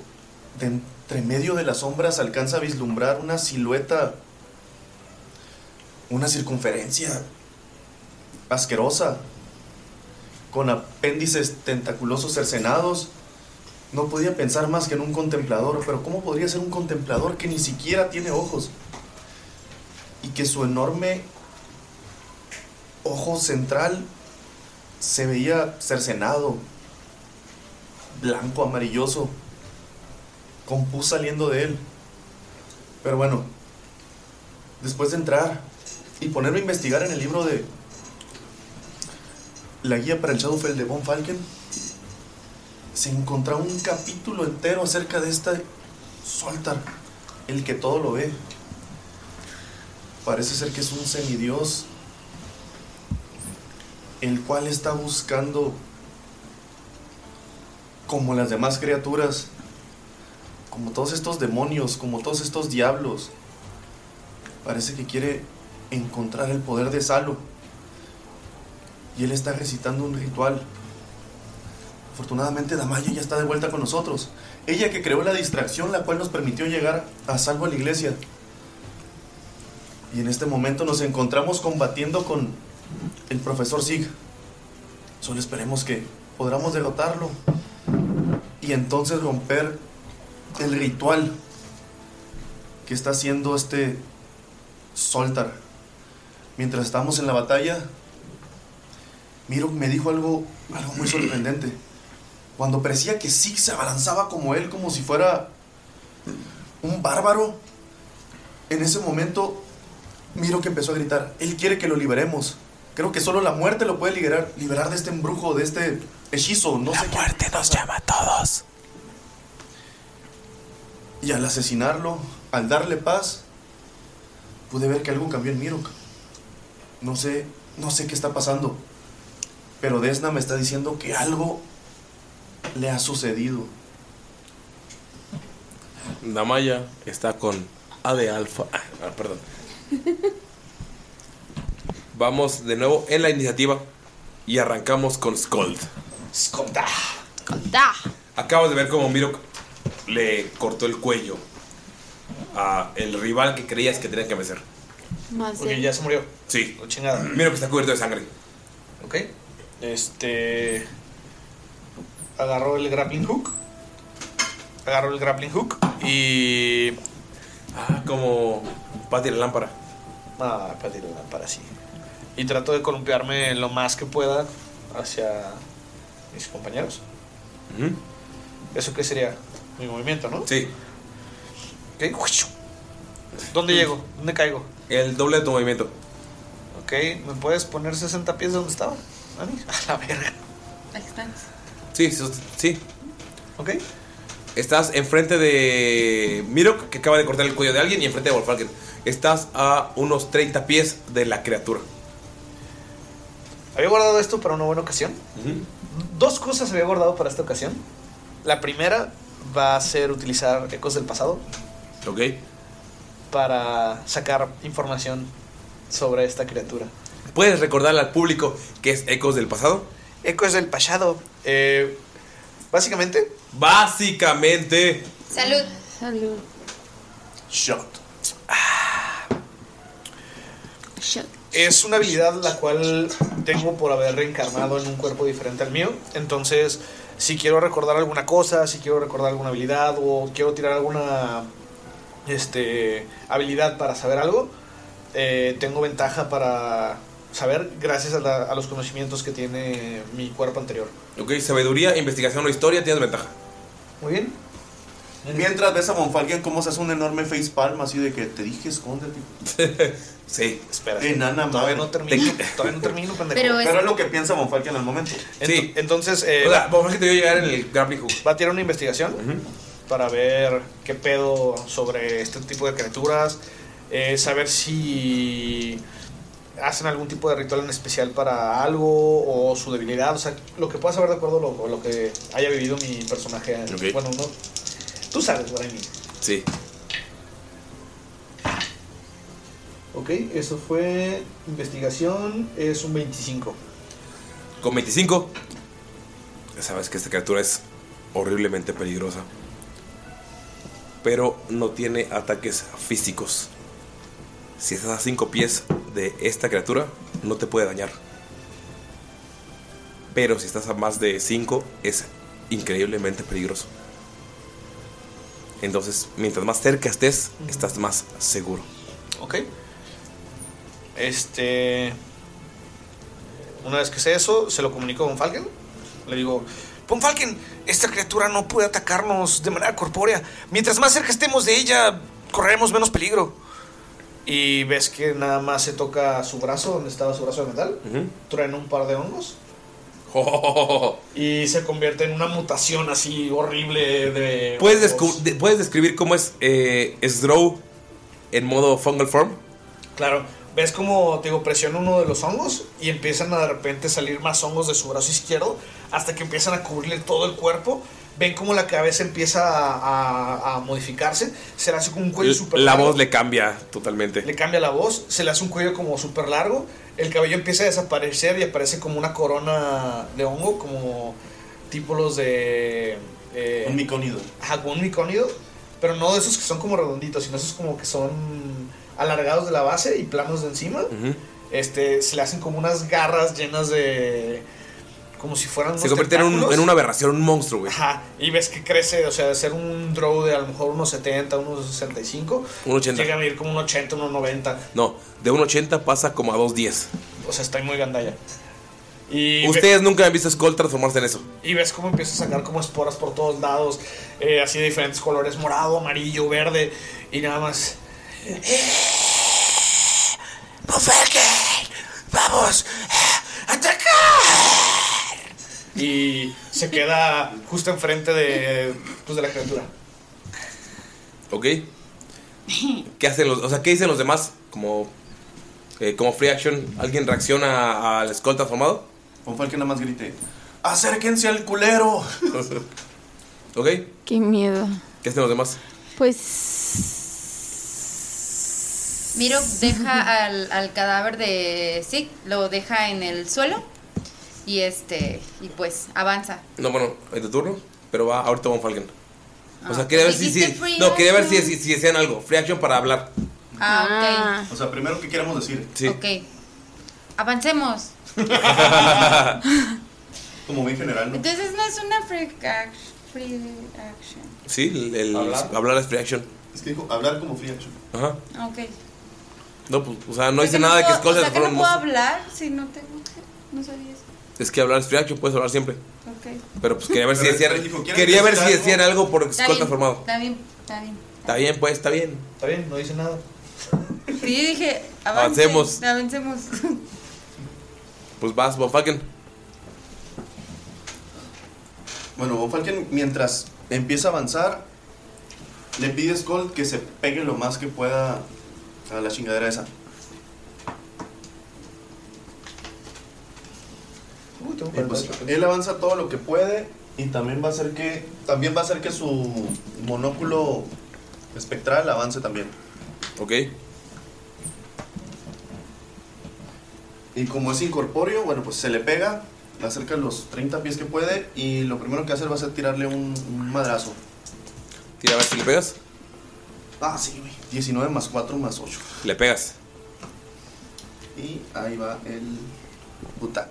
Speaker 4: de entre medio de las sombras, alcanza a vislumbrar una silueta. Una circunferencia asquerosa. Con apéndices tentaculosos cercenados. No podía pensar más que en un contemplador, pero ¿cómo podría ser un contemplador que ni siquiera tiene ojos? Y que su enorme ojo central se veía cercenado, blanco, amarilloso, con pus saliendo de él. Pero bueno, después de entrar y ponerme a investigar en el libro de la guía para el Shadowfell de Von Falken, se encontraba un capítulo entero acerca de esta Soltar, el que todo lo ve. Parece ser que es un semidios, el cual está buscando, como las demás criaturas, como todos estos demonios, como todos estos diablos, parece que quiere encontrar el poder de Salo. Y él está recitando un ritual Afortunadamente Damaya ya está de vuelta con nosotros. Ella que creó la distracción la cual nos permitió llegar a salvo a la iglesia. Y en este momento nos encontramos combatiendo con el profesor Sig. Solo esperemos que podamos derrotarlo y entonces romper el ritual que está haciendo este Soltar. Mientras estábamos en la batalla, Miro me dijo algo, algo muy sorprendente. Cuando parecía que Sig se abalanzaba como él, como si fuera un bárbaro, en ese momento Miro que empezó a gritar, él quiere que lo liberemos. Creo que solo la muerte lo puede liberar, liberar de este embrujo, de este hechizo. No la muerte nos llama a todos. Y al asesinarlo, al darle paz, pude ver que algo cambió en Mirok. No sé, no sé qué está pasando. Pero Desna me está diciendo que algo le ha sucedido.
Speaker 2: Damaya está con A de alfa. Ah, perdón. Vamos de nuevo en la iniciativa y arrancamos con Skold. Skolda.
Speaker 9: Ah,
Speaker 7: Da.
Speaker 2: Acabas de ver cómo Mirok le cortó el cuello a el rival que creías que tenía que vencer.
Speaker 5: Más
Speaker 9: Porque ya se murió.
Speaker 2: Sí.
Speaker 9: chingada.
Speaker 2: Mira que está cubierto de sangre.
Speaker 9: Ok. Este. Agarró el grappling hook. Agarró el grappling hook. Y.
Speaker 2: Ah, como. Pati la lámpara.
Speaker 9: Ah, Pati la lámpara, sí. Y trato de columpiarme lo más que pueda hacia mis compañeros. ¿Eso qué sería? Mi movimiento, ¿no?
Speaker 2: Sí.
Speaker 9: Ok. ¿Dónde llego? ¿Dónde caigo?
Speaker 2: El doble de tu movimiento.
Speaker 9: Ok, ¿me puedes poner 60 pies de donde estaba? Dani? A la verga.
Speaker 7: Ahí está.
Speaker 2: Sí, sí, sí.
Speaker 9: Ok.
Speaker 2: Estás enfrente de Mirok, que acaba de cortar el cuello de alguien, y enfrente de Wolfalken. Estás a unos 30 pies de la criatura.
Speaker 9: Había guardado esto para una buena ocasión. Dos cosas había guardado para esta ocasión. La primera va a ser utilizar ecos del pasado.
Speaker 2: Ok.
Speaker 9: Para sacar información sobre esta criatura.
Speaker 2: ¿Puedes recordarle al público que es Ecos del pasado?
Speaker 9: Ecos del pasado. eh, básicamente.
Speaker 2: Básicamente.
Speaker 7: Salud.
Speaker 5: Salud.
Speaker 9: Shot. Es una habilidad la cual tengo por haber reencarnado en un cuerpo diferente al mío. Entonces, si quiero recordar alguna cosa, si quiero recordar alguna habilidad o quiero tirar alguna este, habilidad para saber algo, eh, tengo ventaja para saber gracias a, la- a los conocimientos que tiene mi cuerpo anterior.
Speaker 2: Ok, sabiduría, investigación o historia, tienes ventaja.
Speaker 9: Muy bien.
Speaker 4: Mientras ves a Bonfalken cómo se hace un enorme face palm así de que te dije escóndete.
Speaker 2: sí.
Speaker 9: Espera.
Speaker 4: Enana todavía
Speaker 9: no termino, todavía no termino, pendejo.
Speaker 4: Pero
Speaker 9: Pero
Speaker 4: es,
Speaker 9: es-
Speaker 4: lo que piensa Bonfalken al momento.
Speaker 9: sí. Entonces, eh,
Speaker 4: O sea,
Speaker 2: que te voy a llegar en el grappling
Speaker 9: Va a tirar una investigación para ver qué pedo sobre este tipo de criaturas, eh, saber si hacen algún tipo de ritual en especial para algo o su debilidad, o sea, lo que pueda saber de acuerdo a lo, a lo que haya vivido mi personaje.
Speaker 2: Ok.
Speaker 9: Bueno, no. Tú sabes, Guarani.
Speaker 2: Sí.
Speaker 9: Ok, eso fue investigación, es un 25.
Speaker 2: Con 25, sabes que esta criatura es horriblemente peligrosa. Pero no tiene ataques físicos. Si estás a 5 pies de esta criatura, no te puede dañar. Pero si estás a más de 5, es increíblemente peligroso. Entonces, mientras más cerca estés, estás más seguro.
Speaker 9: Ok. Este. Una vez que sé eso, se lo comunico a Von Falken. Le digo: Von Falken, esta criatura no puede atacarnos de manera corpórea. Mientras más cerca estemos de ella, correremos menos peligro. Y ves que nada más se toca su brazo, donde estaba su brazo de metal. Truena un par de hongos.
Speaker 2: Oh,
Speaker 9: Y se convierte en una mutación así horrible de.
Speaker 2: ¿Puedes, descu- de- ¿Puedes describir cómo es eh, Sdrow en modo fungal form?
Speaker 9: Claro, ves como, te digo, presiona uno de los hongos y empiezan a de repente salir más hongos de su brazo izquierdo hasta que empiezan a cubrirle todo el cuerpo. Ven como la cabeza empieza a, a- a modificarse, se le hace como un cuello súper
Speaker 2: la
Speaker 9: largo,
Speaker 2: voz le cambia totalmente.
Speaker 9: le cambia la voz, se le hace un cuello como súper largo, el cabello empieza a desaparecer y aparece como una corona de hongo, como tipos de. eh,
Speaker 4: Un micónido.
Speaker 9: Ajá, como un micónido, pero no de esos que son como redonditos, sino esos como que son alargados de la base y planos de encima. Este, se le hacen como unas garras llenas de. como si fueran.
Speaker 2: Se
Speaker 9: unos
Speaker 2: convierte en, un-
Speaker 9: tentáculos.
Speaker 2: en una aberración, un monstruo, güey.
Speaker 9: Ajá, y ves que crece, o sea, de ser un draw de a lo mejor unos 70, unos 65,
Speaker 2: Un 80.
Speaker 9: llega a medir como un 80, unos 90.
Speaker 2: No, de 1.80 pasa como a 2.10.
Speaker 9: O sea, estoy muy gandalla. Y
Speaker 2: Ustedes nunca han visto a Skull transformarse en eso.
Speaker 9: Y ves cómo empieza a sacar como esporas por todos lados, eh, así de diferentes colores, morado, amarillo, verde, y nada más. ¡Bufelken! ¡Vamos! eh, ¡Atacar! Y se queda justo enfrente de, pues, de la criatura.
Speaker 2: ¿Ok? ¿Qué hacen los, o sea, ¿qué dicen los demás? Como, eh, como free action, ¿alguien reacciona al Skull transformado?
Speaker 4: O fue el que nada más grite. ¡Acérquense al culero!
Speaker 2: ¿Ok? ¿Qué
Speaker 10: Qué miedo.
Speaker 2: hacen los demás?
Speaker 10: Pues.
Speaker 7: Miro deja al, al cadáver de Sig, lo deja en el suelo y este y pues avanza.
Speaker 2: No, bueno, es tu turno, pero va ahorita Von Falken. O sea,
Speaker 7: Ah.
Speaker 2: quería ver si,
Speaker 7: Dijiste
Speaker 2: si-
Speaker 7: free
Speaker 2: no, quería ver si,
Speaker 7: action.
Speaker 2: si, si decían algo. Free action para hablar.
Speaker 7: Ah,
Speaker 4: O sea, primero, ¿qué queremos decir?
Speaker 2: Sí.
Speaker 7: ok. Ok. Avancemos.
Speaker 4: Como bien general, ¿no?
Speaker 7: Entonces no es una free ac- free action.
Speaker 2: Sí, el, el-
Speaker 4: ¿Hablar?
Speaker 2: ¿Hablar? es free action.
Speaker 4: Es que dijo hablar como free action.
Speaker 2: Ajá.
Speaker 7: Ok.
Speaker 2: No, pues, o sea, no
Speaker 7: O sea
Speaker 2: dice nada de que
Speaker 7: puedo-
Speaker 2: Skull
Speaker 7: o
Speaker 2: se
Speaker 7: sea, que no
Speaker 2: transforma en
Speaker 7: puedo
Speaker 2: monstruo.
Speaker 7: hablar si no tengo que. No sabía eso.
Speaker 2: Es que hablar es free action, puedes hablar siempre.
Speaker 7: Ok.
Speaker 2: Pero pues quería ver si
Speaker 4: Pero
Speaker 2: decían,
Speaker 4: dijo, ¿quieren
Speaker 2: quería ver
Speaker 4: decir
Speaker 2: si
Speaker 4: algo?
Speaker 2: decían algo por
Speaker 7: Está
Speaker 2: Skull
Speaker 7: bien,
Speaker 2: transformado.
Speaker 7: Está bien, está bien.
Speaker 2: Está bien, pues, está bien.
Speaker 9: Está bien, no dice nada.
Speaker 7: Sí, dije,
Speaker 2: Avancemos.
Speaker 7: avancemos. Avancemos.
Speaker 2: Pues vas, Von Falken.
Speaker 4: Bueno, Von Falken, mientras empieza a avanzar, le pide a Skull que se pegue lo más que pueda a la chingadera esa.
Speaker 9: Uh, tengo
Speaker 4: Y pues, él avanza todo lo que puede y también va a hacer que también va a hacer que su monóculo espectral avance también.
Speaker 2: Ok.
Speaker 4: Y como es incorpóreo, bueno, pues se le pega, le acerca los 30 pies que puede y lo primero que hacer va a ser tirarle un, un madrazo.
Speaker 2: Tira a ver si le pegas.
Speaker 4: Ah, sí, güey. 19 más 4 más 8.
Speaker 2: Le pegas.
Speaker 4: Y ahí va el puta.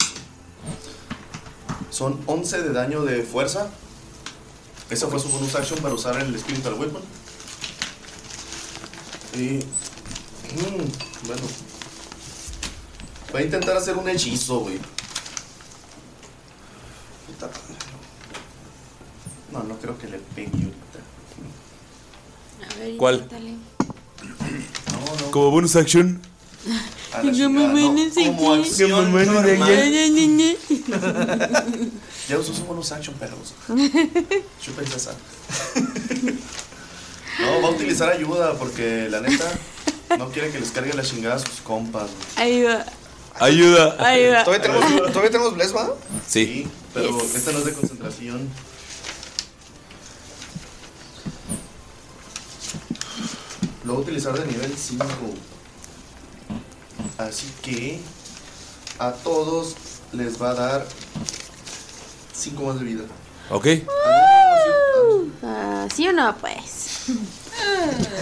Speaker 4: Son 11 de daño de fuerza. Esa fue su bonus action para usar el Spiritual Weapon. Y. mm, bueno. Voy a intentar hacer un hechizo, güey. Puta madre. No, no creo que le pegue ahorita.
Speaker 2: ¿Cuál?
Speaker 4: No, no.
Speaker 2: Como bonus action.
Speaker 4: A la chingada, no. Como acción normal. Ya usó su bonus action, perros. Chúpense esa. No, va a utilizar ayuda porque la neta no quiere que les cargue la chingada a sus compas. güey.
Speaker 5: Ahí va,
Speaker 2: Ayuda.
Speaker 5: ahí va.
Speaker 9: ¿Todavía tenemos, ¿todavía tenemos Bless, va?
Speaker 2: Sí.
Speaker 4: pero esta no es de concentración. Lo voy a utilizar de nivel 5. Así que a todos les va a dar 5 más de vida.
Speaker 2: Ok.
Speaker 5: Ah, ¿Sí o no? Pues.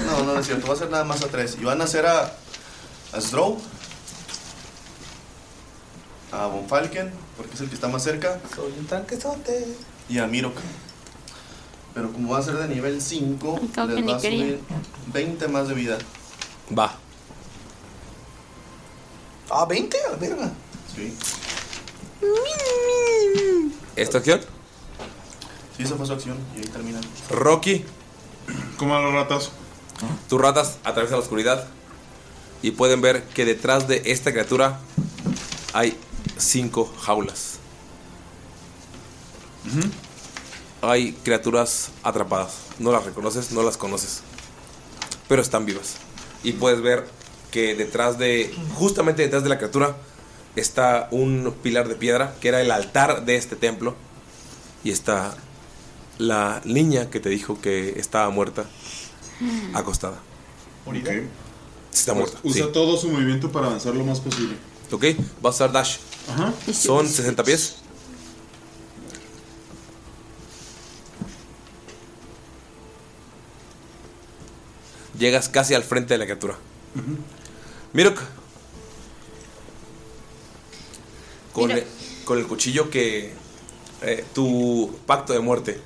Speaker 4: No, no, no es cierto, va a ser nada más a tres. Y van a hacer a, a Sdrow, a Von Falken, porque es el que está más cerca,
Speaker 9: Soy un tanquezote.
Speaker 4: y a Mirok. Pero como va a ser de nivel 5, les
Speaker 5: Como que ni
Speaker 4: va a
Speaker 5: quería.
Speaker 4: subir 20 más de vida.
Speaker 2: Va.
Speaker 9: Ah, 20, a la verga.
Speaker 4: Sí,
Speaker 2: Esta acción.
Speaker 4: sí esa fue su acción, y ahí termina.
Speaker 2: Rocky,
Speaker 6: Como a los ratas.
Speaker 2: tus ratas atraviesan la oscuridad. Y pueden ver que detrás de esta criatura hay cinco jaulas. Hay criaturas atrapadas. No las reconoces, no las conoces. Pero están vivas. Y puedes ver que detrás de. Justamente detrás de la criatura. Está un pilar de piedra. Que era el altar de este templo. Y está la niña que te dijo que estaba muerta. Acostada.
Speaker 6: Ok.
Speaker 2: Está muerta.
Speaker 6: Usa
Speaker 2: sí.
Speaker 6: todo su movimiento para avanzar lo más posible.
Speaker 2: Ok, vas a usar dash.
Speaker 6: Ajá.
Speaker 2: Son 60 pies. Llegas casi al frente de la criatura. Mirok. Con,
Speaker 7: Mirok.
Speaker 2: el- con el cuchillo que. eh, tu pacto de muerte.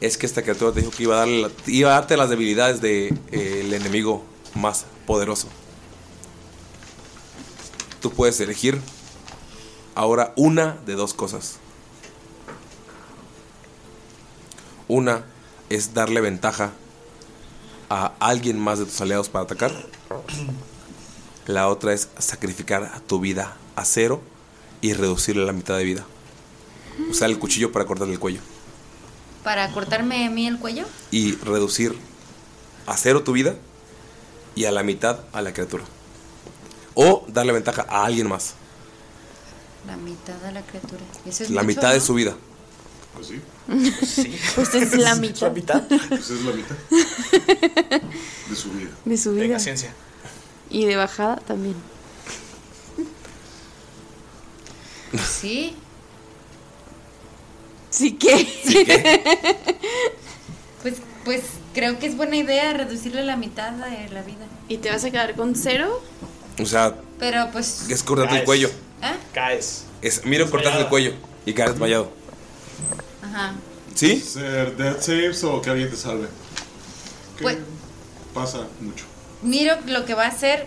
Speaker 2: Es que esta criatura te dijo que iba a, darle la- iba a darte las debilidades del de, eh, el enemigo más poderoso. Tú puedes elegir ahora una de dos cosas. Una es darle ventaja a alguien más de tus aliados para atacar. La otra es sacrificar a tu vida a cero y reducirle a la mitad de vida. Usar el cuchillo para cortarle el cuello
Speaker 7: Para cortarme a mí el cuello.
Speaker 2: y reducir a cero tu vida y a la mitad a la criatura. O darle ventaja a alguien más,
Speaker 7: La mitad de la criatura. Eso es
Speaker 2: la
Speaker 7: mucho,
Speaker 2: mitad de
Speaker 7: ¿no?
Speaker 2: su vida.
Speaker 6: Pues sí.
Speaker 5: Sí. Pues es la mitad.
Speaker 6: Pues es la mitad. De su vida.
Speaker 5: De su vida. Y de bajada también.
Speaker 7: Sí.
Speaker 5: Sí que.
Speaker 7: Pues, pues creo que es buena idea reducirle la mitad de la vida.
Speaker 5: ¿Y te vas a quedar con cero?
Speaker 2: O sea,
Speaker 7: Pero pues.
Speaker 2: es cortarte el
Speaker 7: Caes.
Speaker 2: cuello.
Speaker 7: ¿Ah?
Speaker 9: Caes.
Speaker 2: Es, miro cortarte el cuello y caer desmayado.
Speaker 7: Ajá.
Speaker 2: ¿Sí?
Speaker 6: Ser death saves o que alguien te salve. Que
Speaker 7: Pues-
Speaker 6: pasa mucho.
Speaker 7: Miro lo que va a hacer.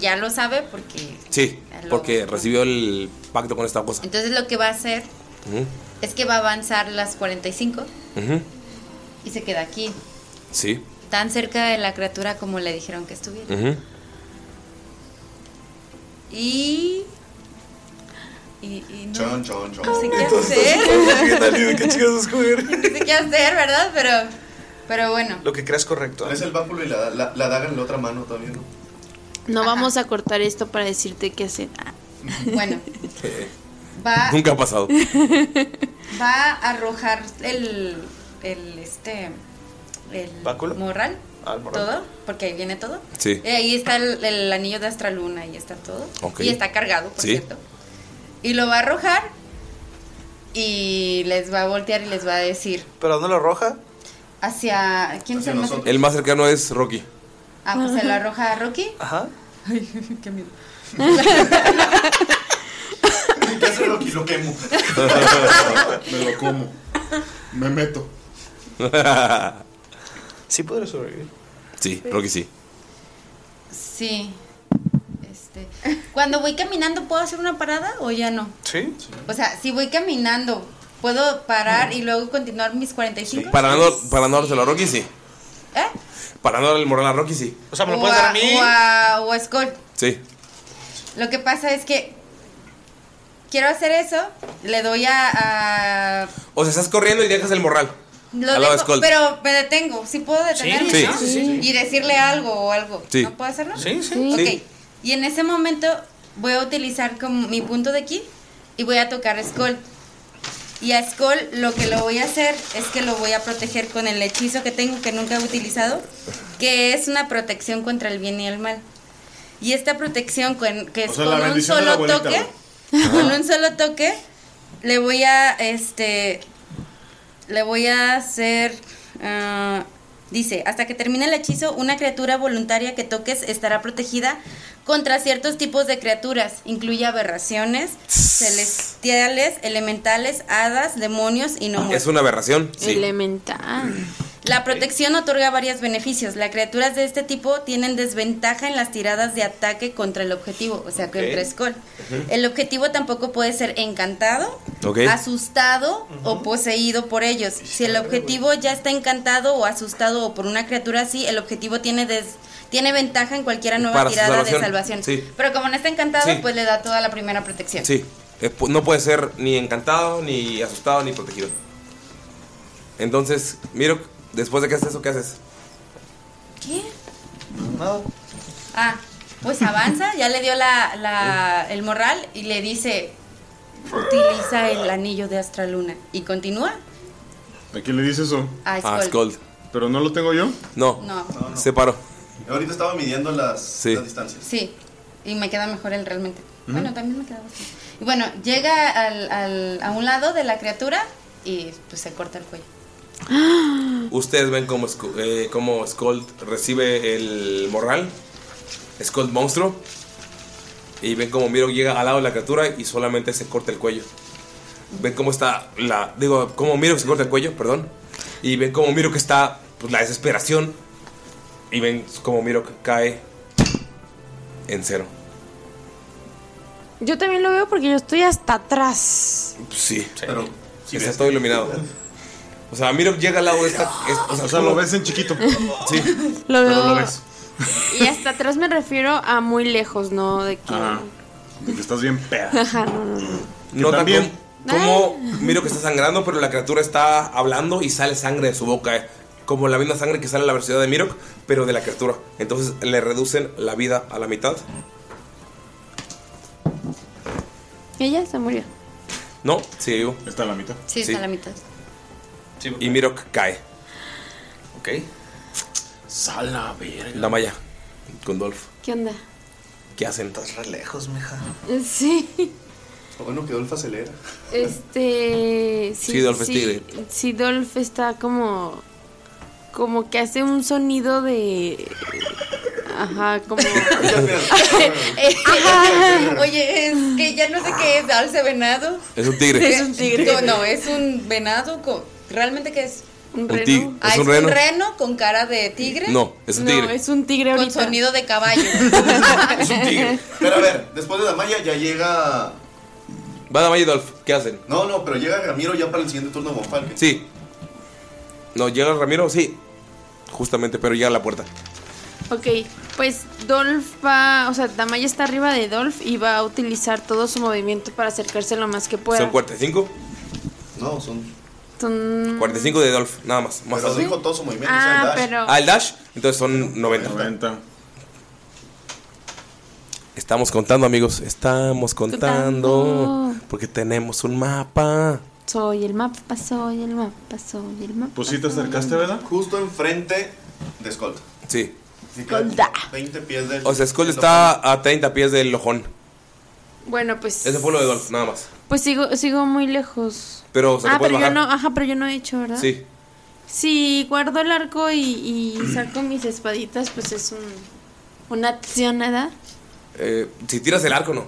Speaker 7: Ya lo sabe porque.
Speaker 2: Sí,
Speaker 7: Aló.
Speaker 2: porque recibió el pacto con esta cosa.
Speaker 7: Entonces lo que va a hacer
Speaker 2: Ujú,
Speaker 7: es que va a avanzar las 45
Speaker 2: ujú,
Speaker 7: y se queda aquí.
Speaker 2: Sí.
Speaker 7: Tan cerca de la criatura como le dijeron que estuviera.
Speaker 2: ujú.
Speaker 7: Y. Y, y no,
Speaker 4: Chon, chon, chon.
Speaker 7: no sé qué
Speaker 4: Entonces,
Speaker 7: hacer.
Speaker 9: ¿Qué chicas descubrir?
Speaker 7: no sé qué hacer, ¿verdad? Pero, pero bueno.
Speaker 9: Lo que creas correcto.
Speaker 4: Es el báculo y la, la- la daga en la otra mano también, ¿no?
Speaker 5: No vamos a cortar esto para decirte qué hacer. Ah.
Speaker 7: Bueno, va,
Speaker 2: Nunca ha pasado.
Speaker 7: va a arrojar el, el este el
Speaker 9: ¿Báculo?
Speaker 7: morral,
Speaker 9: Ah, el morral.
Speaker 7: todo, porque ahí viene todo.
Speaker 2: Sí.
Speaker 7: Eh, ahí está el, el anillo de Astraluna, ahí está todo.
Speaker 2: Ok.
Speaker 7: Y está cargado, por
Speaker 9: pues.
Speaker 2: Sí.
Speaker 7: cierto. Y lo va a arrojar y les va a voltear y les va a decir
Speaker 9: ¿Pero dónde lo arroja?
Speaker 7: hacia quién es el más
Speaker 2: El más cercano es Rocky.
Speaker 7: Ah, pues se lo arroja a Rocky.
Speaker 9: Ajá.
Speaker 7: Ay, qué miedo.
Speaker 4: ¿Qué hace Loki? Lo quemo.
Speaker 6: Me lo como. Me meto.
Speaker 9: Sí podré sobrevivir.
Speaker 2: sí, Rocky sí.
Speaker 7: Sí. Este, cuando voy caminando puedo hacer una parada o ya no?
Speaker 9: ¿Sí?
Speaker 7: O sea, si voy caminando, ¿puedo parar y luego continuar mis 45?
Speaker 2: Para no, para no dárselo a Rocky sí.
Speaker 7: ¿Eh?
Speaker 2: Para no darle el moral a Rocky sí.
Speaker 9: O sea, me
Speaker 7: O
Speaker 9: lo puedes dar a mí.
Speaker 7: O a, o a Skull.
Speaker 2: Sí.
Speaker 7: Lo que pasa es que quiero hacer eso, le doy a... a-
Speaker 2: O sea, estás corriendo y dejas el morral.
Speaker 7: lo
Speaker 2: Al lado de
Speaker 7: dejo,
Speaker 2: Skull.
Speaker 7: pero me detengo, sí puedo detenerme,
Speaker 2: Sí,
Speaker 7: ¿no?
Speaker 2: sí,
Speaker 7: Y decirle algo o algo.
Speaker 2: Sí.
Speaker 7: ¿No puedo hacerlo?
Speaker 9: Sí, sí.
Speaker 2: Sí.
Speaker 7: Ok. Y en ese momento voy a utilizar como mi punto de aquí y voy a tocar a Skull. Y a Skull lo que lo voy a hacer es que lo voy a proteger con el hechizo que tengo que nunca he utilizado, que es una protección contra el bien y el mal. Y esta protección pues, con- que es
Speaker 6: O sea, la
Speaker 7: con un
Speaker 6: bendición de la
Speaker 7: solo
Speaker 6: abuelita,
Speaker 7: toque, con un solo toque, le voy a este le voy a hacer. ah, dice: Hasta que termine el hechizo, una criatura voluntaria que toques estará protegida contra ciertos tipos de criaturas. Incluye aberraciones, celestiales, elementales, hadas, demonios y no
Speaker 2: Es
Speaker 7: muertos.
Speaker 2: una aberración. Sí.
Speaker 5: Elemental.
Speaker 7: La protección otorga varios beneficios. Las criaturas de este tipo tienen desventaja en las tiradas de ataque contra el objetivo, o sea,
Speaker 9: Ok.
Speaker 7: contra Skull. El objetivo tampoco puede ser encantado,
Speaker 2: Ok.
Speaker 7: asustado o poseído por ellos. Si el objetivo ya está encantado o asustado o por una criatura así, el objetivo tiene des- tiene ventaja en cualquier nueva
Speaker 2: Para su
Speaker 7: tirada
Speaker 2: salvación,
Speaker 7: de salvación.
Speaker 2: sí.
Speaker 7: Pero como no está encantado,
Speaker 2: Sí.
Speaker 7: pues le da toda la primera protección.
Speaker 2: Sí. Eh, pu- No puede ser ni encantado, ni asustado, ni protegido. Entonces, Miro, después de que haces eso, ¿qué haces?
Speaker 7: ¿Qué?
Speaker 9: Nada.
Speaker 7: Ah, pues avanza, ya le dio la, la- el morral y le dice, utiliza el anillo de Astraluna. Y continúa
Speaker 6: ¿A quién le dice eso?
Speaker 7: a Skull.
Speaker 2: Ah, Scold.
Speaker 6: ¿Pero no lo tengo yo?
Speaker 2: No.
Speaker 7: No,
Speaker 2: Se paró.
Speaker 4: Ahorita estaba midiendo las,
Speaker 2: Sí.
Speaker 4: las distancias.
Speaker 7: sí, y me queda mejor él realmente. Bueno, también me queda bastante. Y bueno, llega al- al- a un lado de la criatura y pues se corta el cuello.
Speaker 2: Ustedes ven cómo, Sco- eh, cómo Scold recibe el morral. Scold monstruo. Y ven cómo Miro llega al lado de la criatura y solamente se corta el cuello. Ven cómo está la. Digo, cómo Miro se corta el cuello, perdón. Y ven cómo Miro que está pues, la desesperación. Y ven cómo Miro cae en cero.
Speaker 5: Yo también lo veo porque yo estoy hasta atrás.
Speaker 2: Sí, pero está todo iluminado. O sea, Miro llega al lado de esta. es- o sea, lo ves en chiquito. Sí.
Speaker 5: Lo
Speaker 2: Pero
Speaker 5: veo.
Speaker 2: lo ves.
Speaker 5: y hasta atrás me refiero a muy lejos, ¿no? De que.
Speaker 6: Ah, de que estás bien peda.
Speaker 5: Ajá, no, no, no.
Speaker 2: No
Speaker 6: también-
Speaker 2: también. Como Miro que está sangrando, pero la criatura está hablando y sale sangre de su boca. eh. Como la misma sangre que sale a la velocidad de Miro, pero de la criatura. Entonces le reducen la vida a la mitad.
Speaker 5: Ella se murió.
Speaker 2: No, sigue vivo. Está a la mitad.
Speaker 7: Sí, está a la mitad.
Speaker 2: Y Miro cae. Ok.
Speaker 4: Sala, verga.
Speaker 2: La malla. Con Dolph.
Speaker 5: ¿Qué onda?
Speaker 2: ¿Qué hacen? Estás re lejos, mija.
Speaker 5: Sí.
Speaker 4: Bueno, que Dolph acelera.
Speaker 5: Este. Sí,
Speaker 2: Sí, Dolph es
Speaker 5: sí,
Speaker 2: tigre.
Speaker 5: sí, Dolph está como. Como que hace un sonido de. Ajá, como.
Speaker 7: Ajá. Oye, es que ya no sé qué es alce venado.
Speaker 2: Es un tigre.
Speaker 7: Es un tigre. No, no, es un venado con ¿Realmente qué es?
Speaker 5: Un
Speaker 2: Un tig-
Speaker 7: Ah,
Speaker 2: es un reno.
Speaker 7: con cara de tigre.
Speaker 2: No, es un No, tigre.
Speaker 5: es un tigre
Speaker 7: ahorita. Con sonido de caballo.
Speaker 4: Es un tigre. Pero a ver, después de la malla ya llega.
Speaker 2: Va Damaya y Dolph. ¿Qué hacen?
Speaker 4: No, no, pero llega Ramiro ya para el siguiente turno de Von Falken.
Speaker 2: Sí. No, llega Ramiro, sí. Justamente, pero llega a la puerta.
Speaker 5: Ok, pues Dolph va. O sea, Damaya está arriba de Dolph y va a utilizar todo su movimiento para acercarse lo más que
Speaker 2: ¿Son
Speaker 5: pueda.
Speaker 2: 45?
Speaker 4: No, son
Speaker 5: Son-
Speaker 2: 45 de Dolph, nada más. más
Speaker 4: Pero
Speaker 2: fácil.
Speaker 4: dijo todo su movimiento.
Speaker 5: Ah, pero.
Speaker 2: Ah, el dash, entonces son 90. Estamos contando, amigos. Estamos contando.
Speaker 5: Contando.
Speaker 2: Porque tenemos un mapa.
Speaker 5: Soy el mapa, soy el mapa, soy el
Speaker 6: Pues
Speaker 5: mapa.
Speaker 4: ¿verdad? Justo enfrente de Skull.
Speaker 2: Sí.
Speaker 4: Así que 20 pies del.
Speaker 2: O sea, Skull está a 30 pies del lojón.
Speaker 5: Bueno, pues.
Speaker 2: Ese fue lo de Dolph, nada más.
Speaker 5: Pues sigo, sigo muy lejos.
Speaker 2: Pero se
Speaker 5: ah,
Speaker 2: te puede
Speaker 5: pero
Speaker 2: bajar.
Speaker 5: yo no, ajá, pero yo no he hecho, ¿verdad?
Speaker 2: Sí.
Speaker 5: Si guardo el arco y, y saco mis espaditas, pues es un, una acción, ¿verdad?
Speaker 2: Eh, si tiras el arco, no.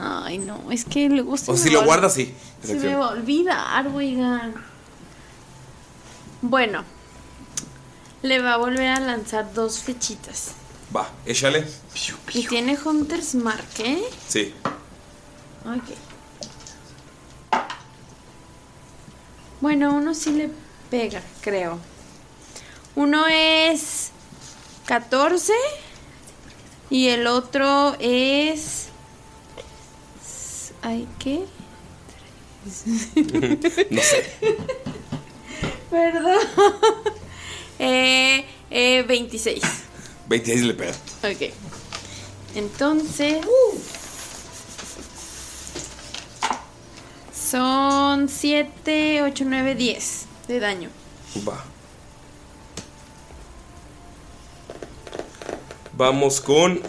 Speaker 5: Ay, no, es que luego se
Speaker 2: O
Speaker 5: me
Speaker 2: sea, si lo
Speaker 5: va-
Speaker 2: guardas, sí.
Speaker 5: Se me va a olvidar, oigan. Bueno, le va a volver a lanzar dos flechitas.
Speaker 2: Va, échale.
Speaker 5: Y tiene Hunter's Mark, ¿eh?
Speaker 2: Sí.
Speaker 5: Ok. Bueno, uno sí le pega, creo. Uno es 14 y el otro es... ¿Ay qué?
Speaker 2: no sé.
Speaker 5: Perdón. Eh, eh, 26.
Speaker 2: 26 le pegas.
Speaker 5: Ok. Entonces... uh, Son 7, 8, 9, 10 de daño.
Speaker 2: Va. Vamos con.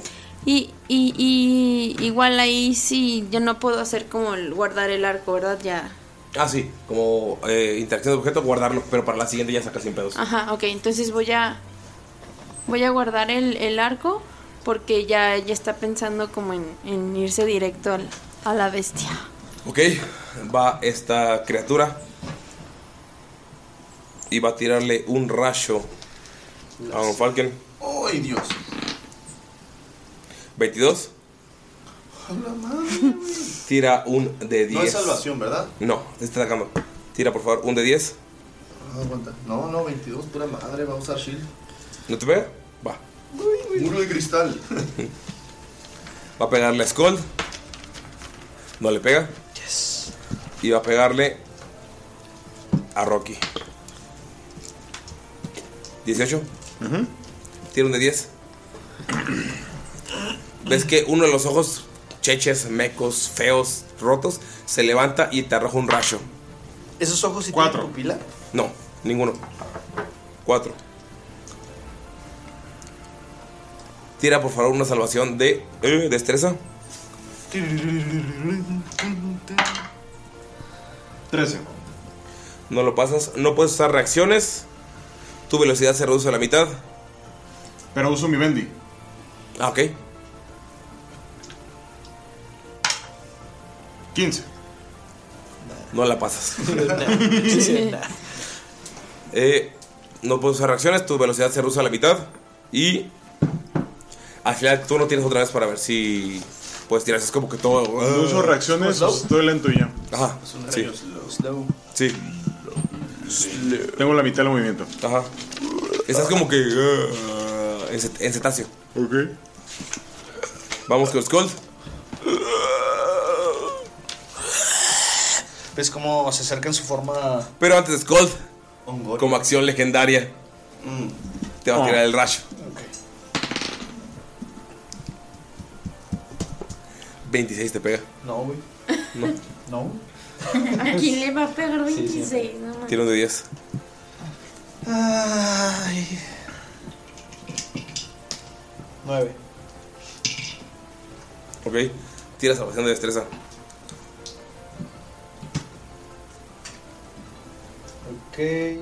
Speaker 5: Y, y, y igual ahí sí, yo no puedo hacer como el guardar el arco, ¿verdad? Ya.
Speaker 2: Ah, sí. Como eh, interacción de objeto, guardarlo. Pero para la siguiente ya sacas sin pedos.
Speaker 5: Ajá, ok, entonces voy a voy a guardar el, el arco porque ya, ya está pensando como en, en irse directo al- a la bestia.
Speaker 2: Ok. Va esta criatura. Y va a tirarle un rayo a un Falcon.
Speaker 4: ¡Ay, Dios!
Speaker 2: 22.
Speaker 4: Habla madre.
Speaker 2: Tira un de 10.
Speaker 4: No es salvación, ¿verdad?
Speaker 2: No, te está atacando. Tira, por favor, un de 10.
Speaker 4: Ah, aguanta. No, no, 22, pura madre, va a usar shield.
Speaker 2: ¿No te pega? Va.
Speaker 4: Muro de cristal.
Speaker 2: Va a pegarle a Skull. No le pega. Y va a pegarle a Rocky. 18. Tira un de 10. Ves que uno de los ojos cheches, mecos, feos, rotos, se levanta y te arroja un rayo.
Speaker 9: ¿Esos ojos sí Cuatro. tienen pupila?
Speaker 2: No, ninguno. 4. Tira por favor una salvación de eh, destreza. 13. No lo pasas, no puedes usar reacciones. Tu velocidad se reduce a la mitad.
Speaker 6: Pero uso mi Bendy.
Speaker 2: Ah, ok.
Speaker 6: 15.
Speaker 2: No la pasas. Eh, no puedes usar reacciones, tu velocidad se reduce a la mitad. Y al final tú no tienes otra vez para ver si puedes tirar. Es como que todo. ah,
Speaker 6: No uso reacciones, estoy lento y ya.
Speaker 2: Ajá. Sí. Sí.
Speaker 6: Tengo la mitad del movimiento.
Speaker 2: Ajá. Estás como que. ah, en cet- en cetáceo.
Speaker 6: Ok.
Speaker 2: Vamos con Skull.
Speaker 9: ¿Ves Pues, cómo se acerca en su forma?
Speaker 2: Pero antes de Skull, como acción legendaria, te va a
Speaker 9: Oh.
Speaker 2: tirar el rayo. 26 te pega.
Speaker 9: No, güey.
Speaker 2: No.
Speaker 9: No.
Speaker 5: ¿A quién le va a pegar 26? no mames.
Speaker 2: Tira un de 10.
Speaker 9: Ay. Nueve.
Speaker 2: Ok. Tira salvación de destreza.
Speaker 9: Ok.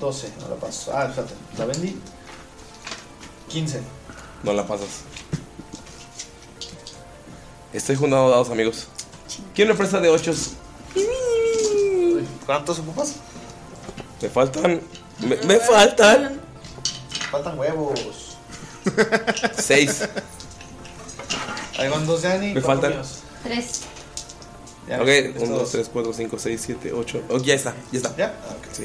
Speaker 9: 12, no la paso. Ah, espérate, la vendí. 15.
Speaker 2: No la pasas. Estoy juntando dados, amigos. ¿Quién me presta de 8?
Speaker 9: ¿Cuántos ocupas?
Speaker 2: Me faltan. Me, me faltan.
Speaker 9: Faltan huevos.
Speaker 2: 6.
Speaker 9: Ahí van dos de Ani.
Speaker 2: Me
Speaker 9: cuatro
Speaker 2: faltan.
Speaker 9: míos.
Speaker 7: Tres.
Speaker 9: Ya,
Speaker 2: ok,
Speaker 9: estos
Speaker 2: 1, 2,
Speaker 9: dos.
Speaker 2: 3, 4, 5, 6, 7, 8. Ok, ya está, ya está.
Speaker 9: ¿Ya?
Speaker 2: Sí.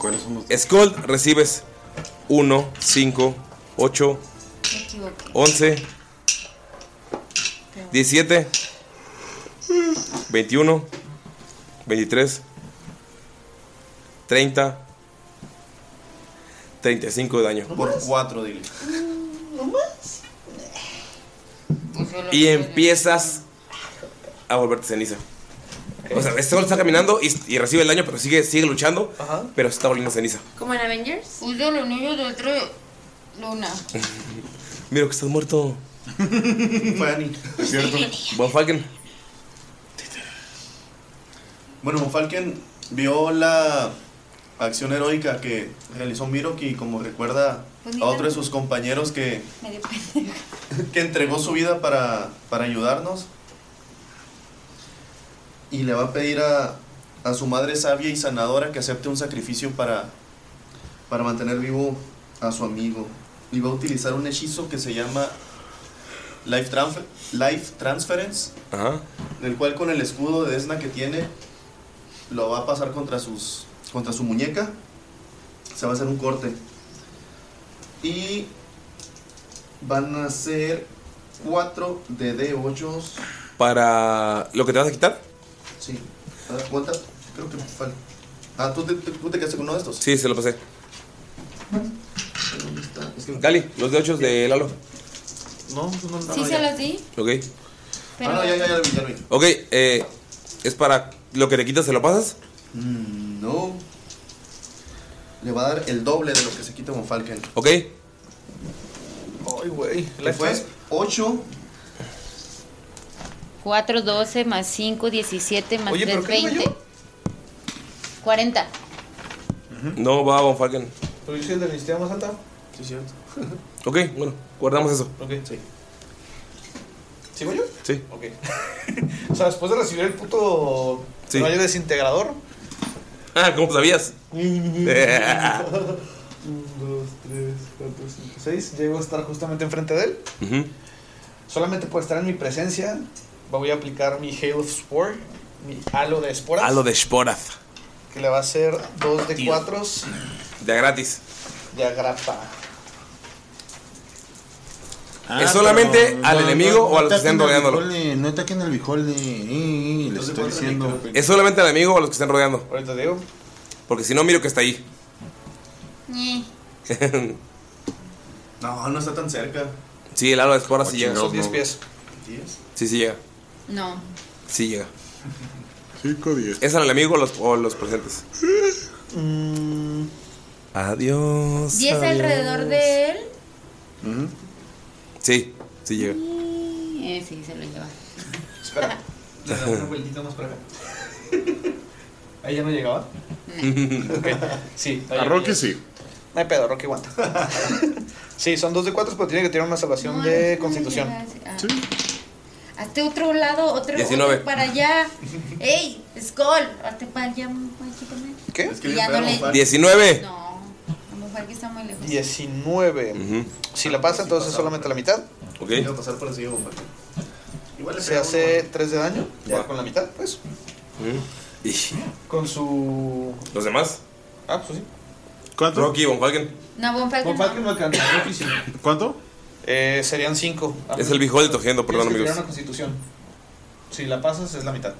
Speaker 2: ¿Cuáles son los? Skull, recibes 1, 5, 8,
Speaker 7: Me equivoqué.
Speaker 2: 11, 17, 21, 23, 30, 35 de daño.
Speaker 4: Por 4, dile.
Speaker 2: Y empiezas a volverte ceniza. O sea, Skull está caminando y, y recibe el daño, pero sigue, sigue luchando, pero se está volviendo ceniza.
Speaker 5: ¿Como en Avengers?
Speaker 7: Usa los niños del tres. Luna.
Speaker 2: Mira que estás muerto.
Speaker 4: Cierto.
Speaker 2: Von Falken.
Speaker 4: Bueno, Falken vio la acción heroica que realizó Miroki y como recuerda
Speaker 7: Pues
Speaker 4: a otro de sus compañeros que, que entregó su vida para, para ayudarnos. Y le va a pedir a, a su madre sabia y sanadora que acepte un sacrificio para, para mantener vivo a su amigo. Y va a utilizar un hechizo que se llama Life, Transfer- Life Transference
Speaker 2: Ajá.
Speaker 4: del cual con el escudo de Esna que tiene lo va a pasar contra sus contra su muñeca. Se va a hacer un corte. Y van a ser 4 de D8.
Speaker 2: Para lo que te vas a quitar.
Speaker 4: Sí. A ver, ¿Cuánta? Creo que me falta. Ah, ¿tú te, tú- tú te quedaste con uno de estos.
Speaker 2: Sí, se lo pasé. Cali, los de 8 de Lalo.
Speaker 4: No, no, no.
Speaker 7: Sí se los di,
Speaker 2: Ok.
Speaker 7: pero.
Speaker 4: Ah, no, ya, ya, ya lo vi, ya lo vi.
Speaker 2: Ok, eh, es para lo que le quitas, se lo pasas.
Speaker 4: Mm, No. Le va a dar el doble de lo que se quita con Falken.
Speaker 2: Ok,
Speaker 9: Ay, güey.
Speaker 4: Le fue 8
Speaker 7: 4, 12, más 5, 17, más
Speaker 9: Oye,
Speaker 7: 3,
Speaker 9: ¿pero qué iba
Speaker 7: 20. 40.
Speaker 2: no va Von Falken.
Speaker 9: ¿Pero yo soy el de la intensidad más alta?
Speaker 4: Sí, cierto.
Speaker 2: Ok, bueno, guardamos eso.
Speaker 9: Ok, sí. ¿Sigo yo?
Speaker 2: Sí.
Speaker 9: Ok. o sea, después de recibir el puto
Speaker 2: Sí.
Speaker 9: rayo desintegrador.
Speaker 2: Ah, ¿cómo sabías?
Speaker 9: Un, dos, tres, cuatro, cinco, seis. Llego a estar justamente enfrente de él.
Speaker 2: Ujú.
Speaker 9: Solamente por estar en mi presencia, voy a aplicar mi Hail of Spore, mi halo de esporas,
Speaker 2: A lo de Sporaz.
Speaker 9: que le va a hacer 2 de
Speaker 2: Tío.
Speaker 9: 4
Speaker 2: De a gratis.
Speaker 9: de agrapa.
Speaker 11: Ah,
Speaker 2: es solamente
Speaker 11: pero
Speaker 2: al
Speaker 11: no,
Speaker 2: enemigo
Speaker 11: no,
Speaker 2: o a los que
Speaker 11: ataquen
Speaker 2: estén
Speaker 11: al
Speaker 2: rodeándolo.
Speaker 11: Bijole, no ataquen al bijole. eh, eh, les estoy diciendo.
Speaker 2: Es solamente al enemigo o a los que estén rodeando.
Speaker 9: Ahorita te digo.
Speaker 2: Porque si no, miro que está ahí.
Speaker 7: Ñe.
Speaker 4: No, no está tan cerca.
Speaker 2: sí, el halo de Sporaz sí llega.
Speaker 9: Son 10 pies.
Speaker 4: 10.
Speaker 2: Sí, sí llega.
Speaker 7: No.
Speaker 2: Sí llega.
Speaker 6: 5, 10.
Speaker 2: ¿Es al enemigo o los, o los presentes?
Speaker 9: Mm.
Speaker 2: Adiós.
Speaker 7: 10
Speaker 2: adiós.
Speaker 7: alrededor de él.
Speaker 2: Sí, sí llega.
Speaker 7: Eh, sí, se lo lleva.
Speaker 9: Espera. Le damos una vueltita más para acá. Ahí ya no llegaba.
Speaker 7: No.
Speaker 9: Sí,
Speaker 6: A Rocky sí.
Speaker 9: No hay pedo, Rocky aguanta. sí, son dos de cuatro, pero tiene que tener una salvación de constitución.
Speaker 7: Hazte otro lado, otro,
Speaker 9: 19.
Speaker 7: otro para allá. ¡Ey! ¡Skull! Hazte para allá, mágicamente.
Speaker 9: ¿Qué?
Speaker 7: que Ya bien no pedo, le-
Speaker 2: 19.
Speaker 7: No, a lo mejor que está muy lejos.
Speaker 9: 19. Si la pasa, entonces solamente la mitad.
Speaker 2: Ok.
Speaker 4: Voy a pasar por el siguiente bomba. Igual le
Speaker 9: Se
Speaker 4: pega
Speaker 9: hace 3 de daño,
Speaker 2: Ya.
Speaker 9: con la mitad, pues.
Speaker 2: Y
Speaker 9: Con su.
Speaker 2: ¿Los demás?
Speaker 9: Ah, pues sí.
Speaker 6: ¿Cuánto?
Speaker 2: Rocky, Von Falken.
Speaker 7: No, Von Falken
Speaker 9: Von
Speaker 7: no.
Speaker 9: Falken no alcanza, Rocky sí.
Speaker 6: ¿Cuánto?
Speaker 9: Eh, serían 5.
Speaker 2: Es el Behold tojeando, perdón, amigos.
Speaker 9: una constitución. Si la pasas, es la mitad.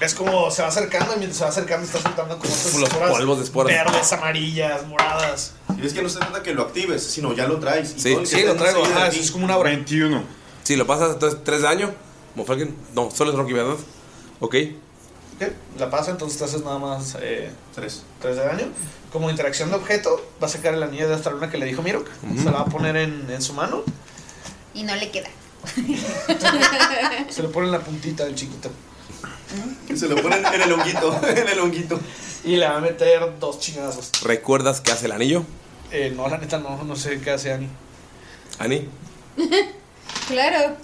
Speaker 9: Es como se va acercando y mientras se va acercando está soltando como estas
Speaker 2: Los polvos de esporas.
Speaker 9: verdes, amarillas, moradas.
Speaker 4: Y es que no se trata que lo actives, sino ya lo traes. Y todo el que
Speaker 2: sí,
Speaker 4: está
Speaker 2: lo traigo.
Speaker 4: enseguida
Speaker 2: Ah,
Speaker 4: de
Speaker 2: eso
Speaker 4: ti.
Speaker 2: es como una hora.
Speaker 6: 21.
Speaker 2: Si lo pasas, entonces 3 de daño. Von Falken. No, solo es Rocky, ¿verdad? Ok.
Speaker 9: Ok, La pasa, entonces te haces nada más 3 de daño. Como interacción de objeto, va a sacar el anillo de Astraluna que le dijo Mirok. Se la va a poner en, en su mano.
Speaker 7: Y no le queda.
Speaker 9: Se lo pone en la puntita del chiquito.
Speaker 7: ¿Mm?
Speaker 4: Se lo pone en el honguito. En el honguito.
Speaker 9: Y le va a meter dos chingazos.
Speaker 2: ¿Recuerdas qué hace el anillo?
Speaker 9: Eh, no, la neta, no, no sé qué hace Ani.
Speaker 2: Ani.
Speaker 7: claro.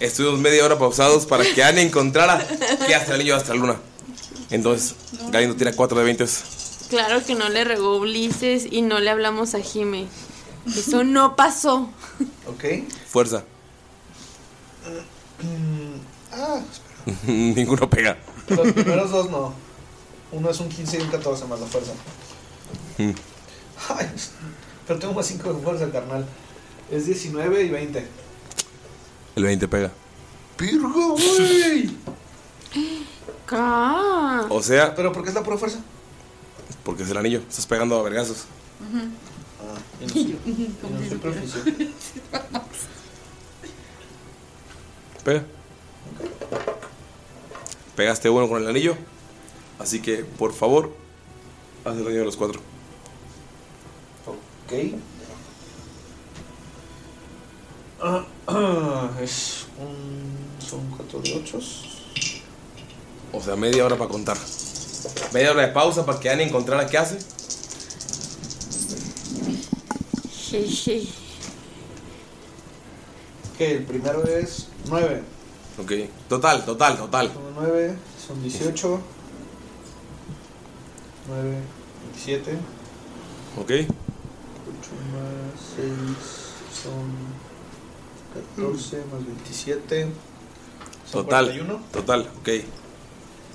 Speaker 2: Estuvimos media hora pausados para que Ani encontrara qué hace el anillo hasta la luna. Entonces, Galindo tira 4 de 20.
Speaker 5: Claro que no le regó Ulises y no le hablamos a Jime. Eso no pasó.
Speaker 9: Ok.
Speaker 2: Fuerza.
Speaker 9: Ah,
Speaker 2: Ninguno pega.
Speaker 9: los primeros dos no. Uno es un 15 y un 14 más la fuerza.
Speaker 2: Mm.
Speaker 9: Ay, pero tengo más 5 de fuerza, carnal. Es 19 y 20.
Speaker 2: El 20 pega.
Speaker 9: ¡Virgo, güey!
Speaker 2: O sea,
Speaker 9: ¿Pero por qué es la pura fuerza?
Speaker 2: porque es el anillo. Estás pegando a vergazos. Pega. Pegaste uno con el anillo. Así que, por favor, haz el daño de los cuatro.
Speaker 9: Ok. Ah, ah, es un. Son 4 de 8.
Speaker 2: O sea, media hora para contar. Media hora de pausa para que Ani encontrara qué hace.
Speaker 5: Jeje.
Speaker 9: Que el primero es 9.
Speaker 2: Ok. Total, total, total.
Speaker 9: Son 9, son 18. 9, 27. 8
Speaker 2: Ok.
Speaker 9: más 6 son 14 más 27. Son
Speaker 2: Total.
Speaker 9: 41.
Speaker 2: Total, ok.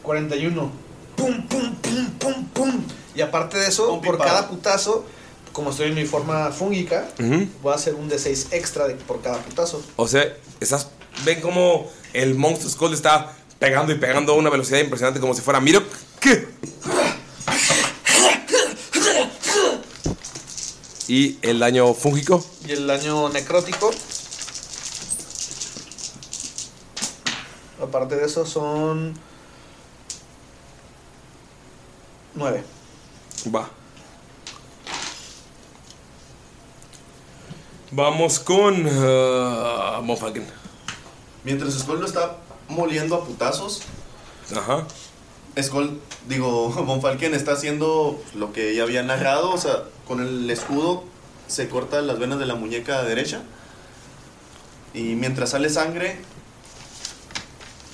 Speaker 9: 41. Pum, pum, pum, pum, pum. Y aparte de eso, por cada putazo, como estoy en mi forma fúngica,
Speaker 2: Ujú.
Speaker 9: voy a hacer un D6 extra de, por cada putazo.
Speaker 2: O sea, estás. Ven como el Monster Skull está pegando y pegando a una velocidad impresionante como si fuera Miro. Y el daño fúngico.
Speaker 9: Y el daño necrótico. Aparte de eso son 9.
Speaker 2: Va. Vamos con. ah, Von Falken.
Speaker 4: Mientras Skull lo está moliendo a putazos.
Speaker 2: Ajá.
Speaker 4: Skull, digo, Von Falken está haciendo lo que ya había narrado. O sea, con el escudo se corta las venas de la muñeca derecha. Y mientras sale sangre,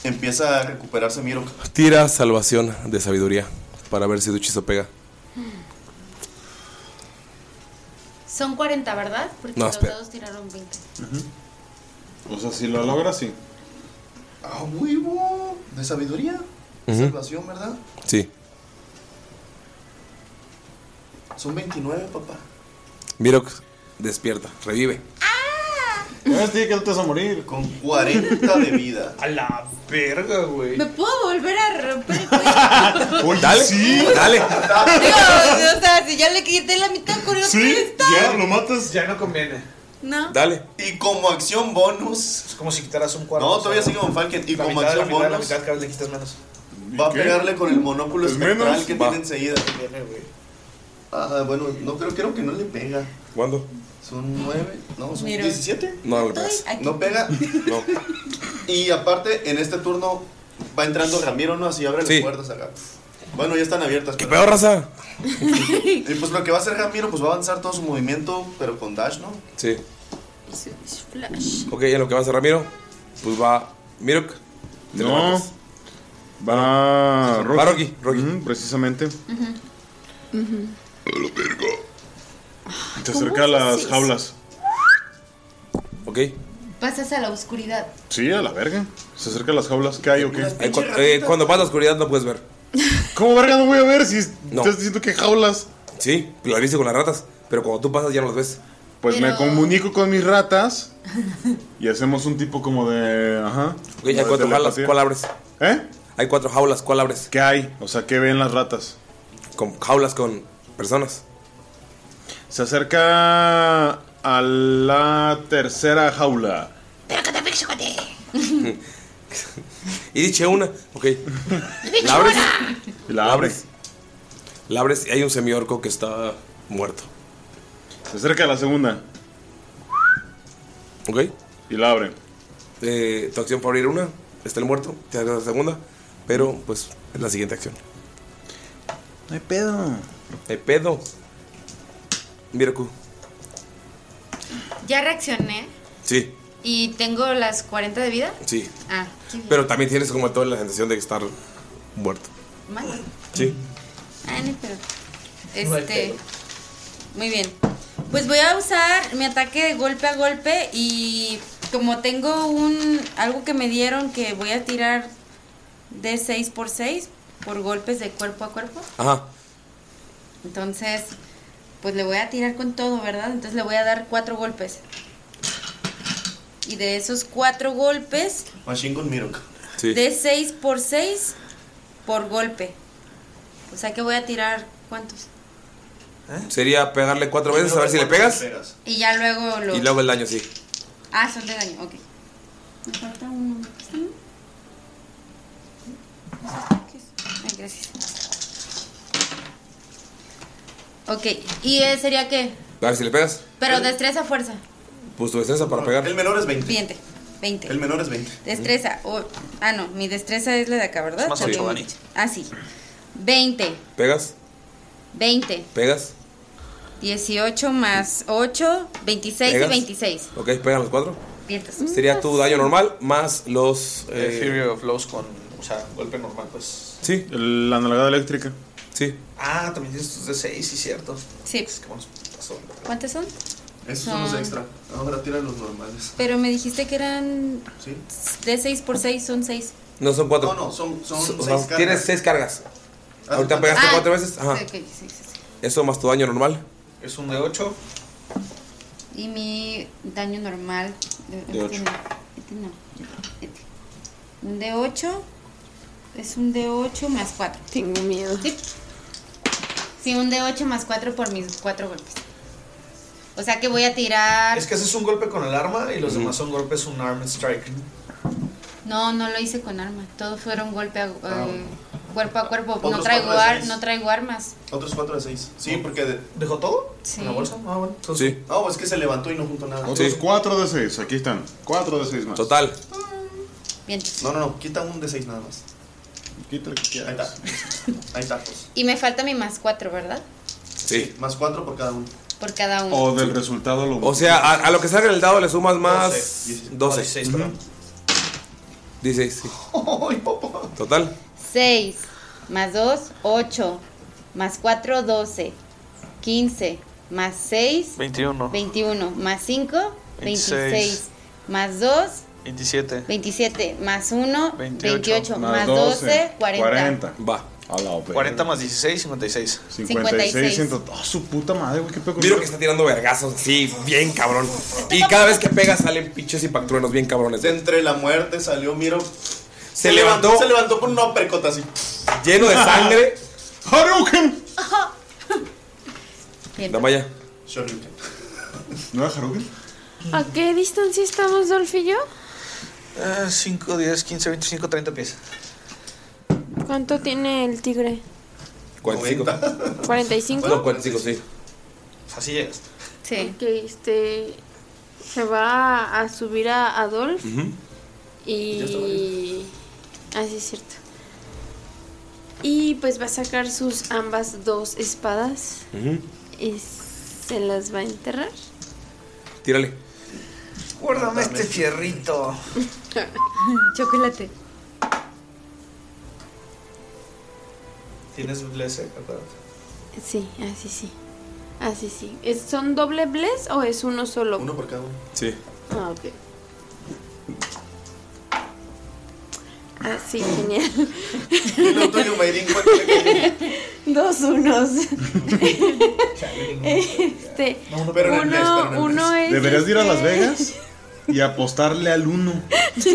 Speaker 4: empieza a recuperarse Miro.
Speaker 2: Tira salvación de sabiduría para ver si tu hechizo pega.
Speaker 7: Son 40, ¿verdad? Porque
Speaker 2: No,
Speaker 7: los
Speaker 2: espera.
Speaker 7: dados tiraron 20.
Speaker 6: O sea, si lo logra, sí.
Speaker 4: ¡Ah, huevo! ¿De sabiduría?
Speaker 2: Ujú.
Speaker 4: Salvación, ¿verdad?
Speaker 2: Sí.
Speaker 4: Son 29, papá.
Speaker 2: Mirok despierta, revive.
Speaker 6: Ya te dije que no te vas a morir.
Speaker 4: Con 40 de vida.
Speaker 9: A la verga, güey.
Speaker 7: ¿Me puedo volver a romper el cuello?
Speaker 2: dale, dale.
Speaker 7: Digo, o sea, si ya le quité la mitad con los tres.
Speaker 6: ya lo matas.
Speaker 9: Ya no conviene.
Speaker 7: No.
Speaker 2: Dale.
Speaker 4: Y como acción bonus.
Speaker 9: Es como si quitaras un cuarto.
Speaker 4: No, todavía sigue Von Falken. Y
Speaker 9: La
Speaker 4: como
Speaker 9: mitad de la
Speaker 4: acción
Speaker 9: mitad de la
Speaker 4: bonus.
Speaker 9: mitad, cada vez le quitas menos.
Speaker 4: Va a
Speaker 6: ¿Qué?
Speaker 4: pegarle con el monóculo
Speaker 6: Es
Speaker 4: espectral
Speaker 6: menos.
Speaker 4: que
Speaker 2: Va.
Speaker 4: tiene enseguida.
Speaker 9: Viene, güey.
Speaker 4: Ah, bueno, no creo, creo que no le pega.
Speaker 2: ¿Cuándo?
Speaker 4: Son 9, no, son
Speaker 7: Mira.
Speaker 4: 17.
Speaker 2: No, no le pegas.
Speaker 7: Ay, aquí.
Speaker 4: No pega.
Speaker 2: No.
Speaker 4: Y aparte, en este turno, Va entrando Ramiro, ¿no? Así abre las
Speaker 2: Sí.
Speaker 4: puertas acá. Bueno, ya están abiertas.
Speaker 2: ¿Qué
Speaker 4: pero-
Speaker 2: pedo, raza?
Speaker 4: Y pues lo que va a hacer Ramiro, pues va a avanzar todo su movimiento, pero con Dash, ¿no?
Speaker 2: Sí.
Speaker 7: Flash.
Speaker 2: Ok, en lo que va a hacer Ramiro, pues va Mirok. te
Speaker 6: No.
Speaker 2: levantas.
Speaker 6: Va Rocky.
Speaker 2: Va
Speaker 6: Ujú, precisamente. Te
Speaker 7: Ah, ¿Cómo
Speaker 6: acerca a las
Speaker 7: haces?
Speaker 6: jaulas.
Speaker 2: Ok.
Speaker 7: Pasas a la oscuridad.
Speaker 6: Sí, a la verga. Se acerca a las jaulas. ¿Qué hay o qué?
Speaker 2: Eh, cu- eh, cuando vas a la oscuridad no puedes ver.
Speaker 6: ¿Cómo verga no voy a ver si
Speaker 2: estás
Speaker 6: diciendo que jaulas?
Speaker 2: Sí, lo viste con las ratas, pero cuando tú pasas ya no las ves.
Speaker 6: Pues me
Speaker 2: Pero-
Speaker 6: comunico con mis ratas y hacemos un tipo como de. Ajá.
Speaker 2: Ok, hay cuatro jaulas, ¿cuál abres?
Speaker 6: ¿Eh?
Speaker 2: Hay cuatro jaulas, ¿cuál abres?
Speaker 6: ¿Qué hay? O sea, ¿qué ven las ratas?
Speaker 2: Con jaulas con personas.
Speaker 6: Se acerca a la tercera jaula.
Speaker 2: Y dice una, ok.
Speaker 7: dicho
Speaker 2: ¿La abres?
Speaker 7: una.
Speaker 6: La
Speaker 2: abres. La abres y hay un semiorco que está muerto.
Speaker 6: Se acerca a la segunda.
Speaker 2: Ok.
Speaker 6: Y la abren.
Speaker 2: Eh, tu acción para abrir una, está el muerto, te haces la segunda, pero pues es la siguiente acción.
Speaker 6: No hay pedo.
Speaker 2: El pedo. Miraku.
Speaker 7: Ya reaccioné
Speaker 2: Sí,
Speaker 7: y tengo las 40 de vida.
Speaker 2: sí.
Speaker 7: Ah, qué bien.
Speaker 2: Pero también tienes como toda la sensación de estar muerto.
Speaker 7: Mal.
Speaker 2: Sí.
Speaker 7: Ah, no, pero.
Speaker 2: No hay
Speaker 7: Este. Muy bien. Pues voy a usar mi ataque de golpe a golpe y como tengo un algo que me dieron que voy a tirar de 6 por 6 por golpes de cuerpo a cuerpo,
Speaker 2: Ajá.
Speaker 7: entonces pues le voy a tirar con todo, ¿verdad? Entonces le voy a dar cuatro golpes. Y de esos cuatro golpes,
Speaker 4: Machine con Mirok.
Speaker 7: de 6 por 6 por golpe. O sea que voy a tirar cuántos.
Speaker 2: Sería pegarle cuatro veces a ver si le pegas.
Speaker 7: Y ya luego lo...
Speaker 2: Y luego el daño, sí.
Speaker 7: Ah, son de daño, ok. Me falta uno. ¿Está bien? ¿Qué es? Ay, gracias. Ok, ¿y eh, sería qué?
Speaker 2: A ver si le pegas.
Speaker 7: Pero destreza, fuerza.
Speaker 2: Pues tu destreza para pegar.
Speaker 4: El menor es 20.
Speaker 7: 20. 20.
Speaker 4: El menor es 20.
Speaker 7: Destreza. o- ah, no, mi destreza es la de acá, ¿verdad?
Speaker 2: más ocho,
Speaker 7: Porque-
Speaker 2: Dani.
Speaker 7: Ah, sí. 20.
Speaker 2: Pegas,
Speaker 7: 20.
Speaker 2: pegas.
Speaker 7: 18 más 8, 26
Speaker 2: ¿Pegas?
Speaker 7: y 26.
Speaker 2: Ok, pegan los cuatro.
Speaker 7: Vientos.
Speaker 2: Sería tu daño normal más los.
Speaker 9: Eh,
Speaker 2: eh,
Speaker 9: Fury of Blows con, o sea, golpe normal, pues.
Speaker 2: Sí.
Speaker 6: La nalgada eléctrica.
Speaker 2: Sí.
Speaker 9: Ah, también tienes tus de 6, sí, cierto.
Speaker 7: Sí. ¿Cuántos son?
Speaker 4: Esos son los
Speaker 7: Son-
Speaker 4: extra. Ahora tiran los normales.
Speaker 7: Pero me dijiste que eran
Speaker 4: Sí.
Speaker 7: de 6 por 6 son 6.
Speaker 2: No son cuatro.
Speaker 4: No, no, son, son
Speaker 2: So- o sea,
Speaker 4: seis cargas.
Speaker 2: Tienes seis cargas. Ahorita
Speaker 4: cuenta.
Speaker 2: pegaste
Speaker 4: Ah.
Speaker 2: cuatro veces. Ajá. Eso más tu daño normal.
Speaker 9: Es un de 8.
Speaker 7: Y mi daño normal
Speaker 2: De ocho.
Speaker 7: no, este no. Este. Un de 8 es un de 8 más 4. Tengo miedo. Sí. Sí, un de 8 más 4 por mis 4 golpes. O sea que voy a tirar
Speaker 9: Es que ese es un golpe con el arma y los demás son golpes un arm strike.
Speaker 7: No, no lo hice con arma. Todo fueron golpe a, eh,
Speaker 4: Ah.
Speaker 7: cuerpo a cuerpo. No
Speaker 4: Otros
Speaker 7: traigo,
Speaker 4: cuatro de
Speaker 7: ar-
Speaker 4: seis.
Speaker 7: no traigo armas.
Speaker 4: Otros 4 de 6. Sí, porque. ¿Dejó todo?
Speaker 7: Sí.
Speaker 4: ¿En la bolsa? Ah, bueno.
Speaker 2: Sí.
Speaker 4: No, pues es que se levantó y no juntó nada.
Speaker 6: Otros cuatro de seis. Aquí están. Cuatro de seis más.
Speaker 2: Total.
Speaker 7: Bien.
Speaker 4: No, no, no. Quita un de 6 nada más.
Speaker 6: Quita el que
Speaker 4: quieras. Ahí está. Ahí está. pues.
Speaker 7: Y me falta mi más cuatro, ¿verdad?
Speaker 2: Sí.
Speaker 4: Más 4 por cada uno.
Speaker 7: Por cada uno.
Speaker 6: del resultado lo.
Speaker 2: O sea, a, a lo que salga en el dado le sumas más 12.
Speaker 9: 16,
Speaker 2: perdón. 16, sí. Total.
Speaker 7: 6 más 2, 8 más 4, 12. 15 más 6,
Speaker 9: 21.
Speaker 7: 21 más 5, 26.
Speaker 9: 26.
Speaker 7: más 2,
Speaker 9: 27.
Speaker 7: 27 más 1, 28,
Speaker 9: 28,
Speaker 7: más, 12, 40.
Speaker 2: Va.
Speaker 6: A la
Speaker 9: 40 más 16, 56.
Speaker 7: 56.
Speaker 6: 100. ¡Ah, su puta madre, güey! ¿Qué pedo con
Speaker 2: Miro que está tirando vergazos, sí, bien cabrón. Y cada vez que pega salen pinches y pactruenos bien cabrones.
Speaker 4: De entre la muerte salió Miro.
Speaker 2: Se levantó.
Speaker 4: Se levantó por una percota así.
Speaker 2: Lleno de sangre.
Speaker 6: ¡Haruken!
Speaker 2: Damaya.
Speaker 6: ¿No era Haruken?
Speaker 5: ¿A qué distancia estamos, Dolph y yo?
Speaker 9: Ah, 5, 10, 15, 25, 30 pies.
Speaker 5: ¿Cuánto tiene el tigre?
Speaker 2: 45.
Speaker 5: ¿45?
Speaker 2: No, 45, sí.
Speaker 9: Así llegas.
Speaker 5: Sí. este. Se va a subir a Adolf
Speaker 2: Ujú.
Speaker 5: y. Ah, sí, es cierto. Y pues va a sacar sus ambas dos espadas y se las va a enterrar.
Speaker 2: Tírale.
Speaker 9: Guárdame este fierrito.
Speaker 10: Chocolate.
Speaker 9: Tienes blessing, ¿verdad?
Speaker 5: Sí, así sí. Así sí. ¿Es- ¿Son doble bless o es uno solo?
Speaker 4: Uno por cada uno.
Speaker 2: Sí.
Speaker 5: Ah, ok. Ah, sí, genial. Dos unos. este,
Speaker 11: pero en el mes,
Speaker 5: uno,
Speaker 11: pero en el
Speaker 5: uno es.
Speaker 11: Deberías de ir a Las
Speaker 5: este-
Speaker 11: Vegas y apostarle al uno.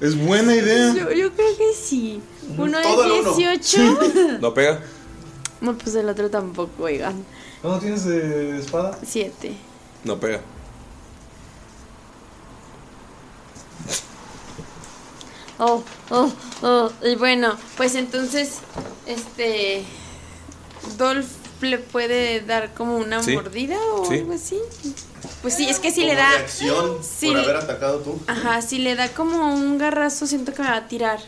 Speaker 11: Es buena idea.
Speaker 5: Yo, yo creo que sí. Uno
Speaker 11: Todo al
Speaker 5: es
Speaker 11: uno.
Speaker 5: 18.
Speaker 2: No pega.
Speaker 5: No, pues el otro tampoco, oigan.
Speaker 9: ¿No tienes de espada?
Speaker 5: Siete.
Speaker 2: No pega.
Speaker 5: Oh, oh, oh. Y bueno, pues entonces, este. Dolph le puede dar como una
Speaker 4: Sí.
Speaker 5: mordida o
Speaker 4: Sí.
Speaker 5: algo así. Pues sí, es que si
Speaker 4: Como
Speaker 5: le da.
Speaker 4: reacción
Speaker 5: sí.
Speaker 4: por haber atacado tú.
Speaker 5: Ajá, si le da como un garrazo, siento que me va a tirar.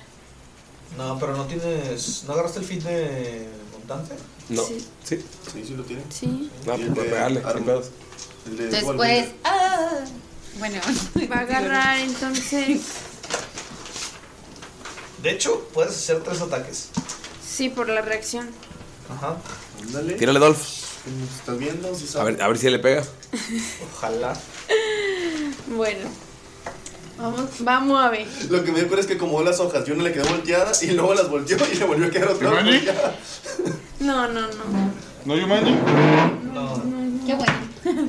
Speaker 9: No, pero no tienes. ¿No agarraste el fin de montante?
Speaker 2: No.
Speaker 5: Sí.
Speaker 2: Sí.
Speaker 4: Sí, sí lo tiene.
Speaker 5: Sí.
Speaker 2: No, pues pegarle. sin pedos.
Speaker 7: Después. ah, bueno.
Speaker 5: Va a agarrar entonces.
Speaker 9: De hecho, puedes hacer tres ataques.
Speaker 5: Sí, por la reacción.
Speaker 9: Ajá.
Speaker 4: Ándale.
Speaker 2: Tírale, Dolph.
Speaker 4: ¿Estás viendo? Sí
Speaker 2: A
Speaker 4: sabe.
Speaker 2: ver, a ver si le pega.
Speaker 9: Ojalá.
Speaker 5: Bueno. Vamos, vamos a ver.
Speaker 4: Lo que me ocurre es que como las hojas, yo no le quedó volteada y luego las volteó y le volvió a quedar otra vez volteada.
Speaker 5: No, no, no.
Speaker 4: ¿No, Yumanji?
Speaker 5: Qué bueno.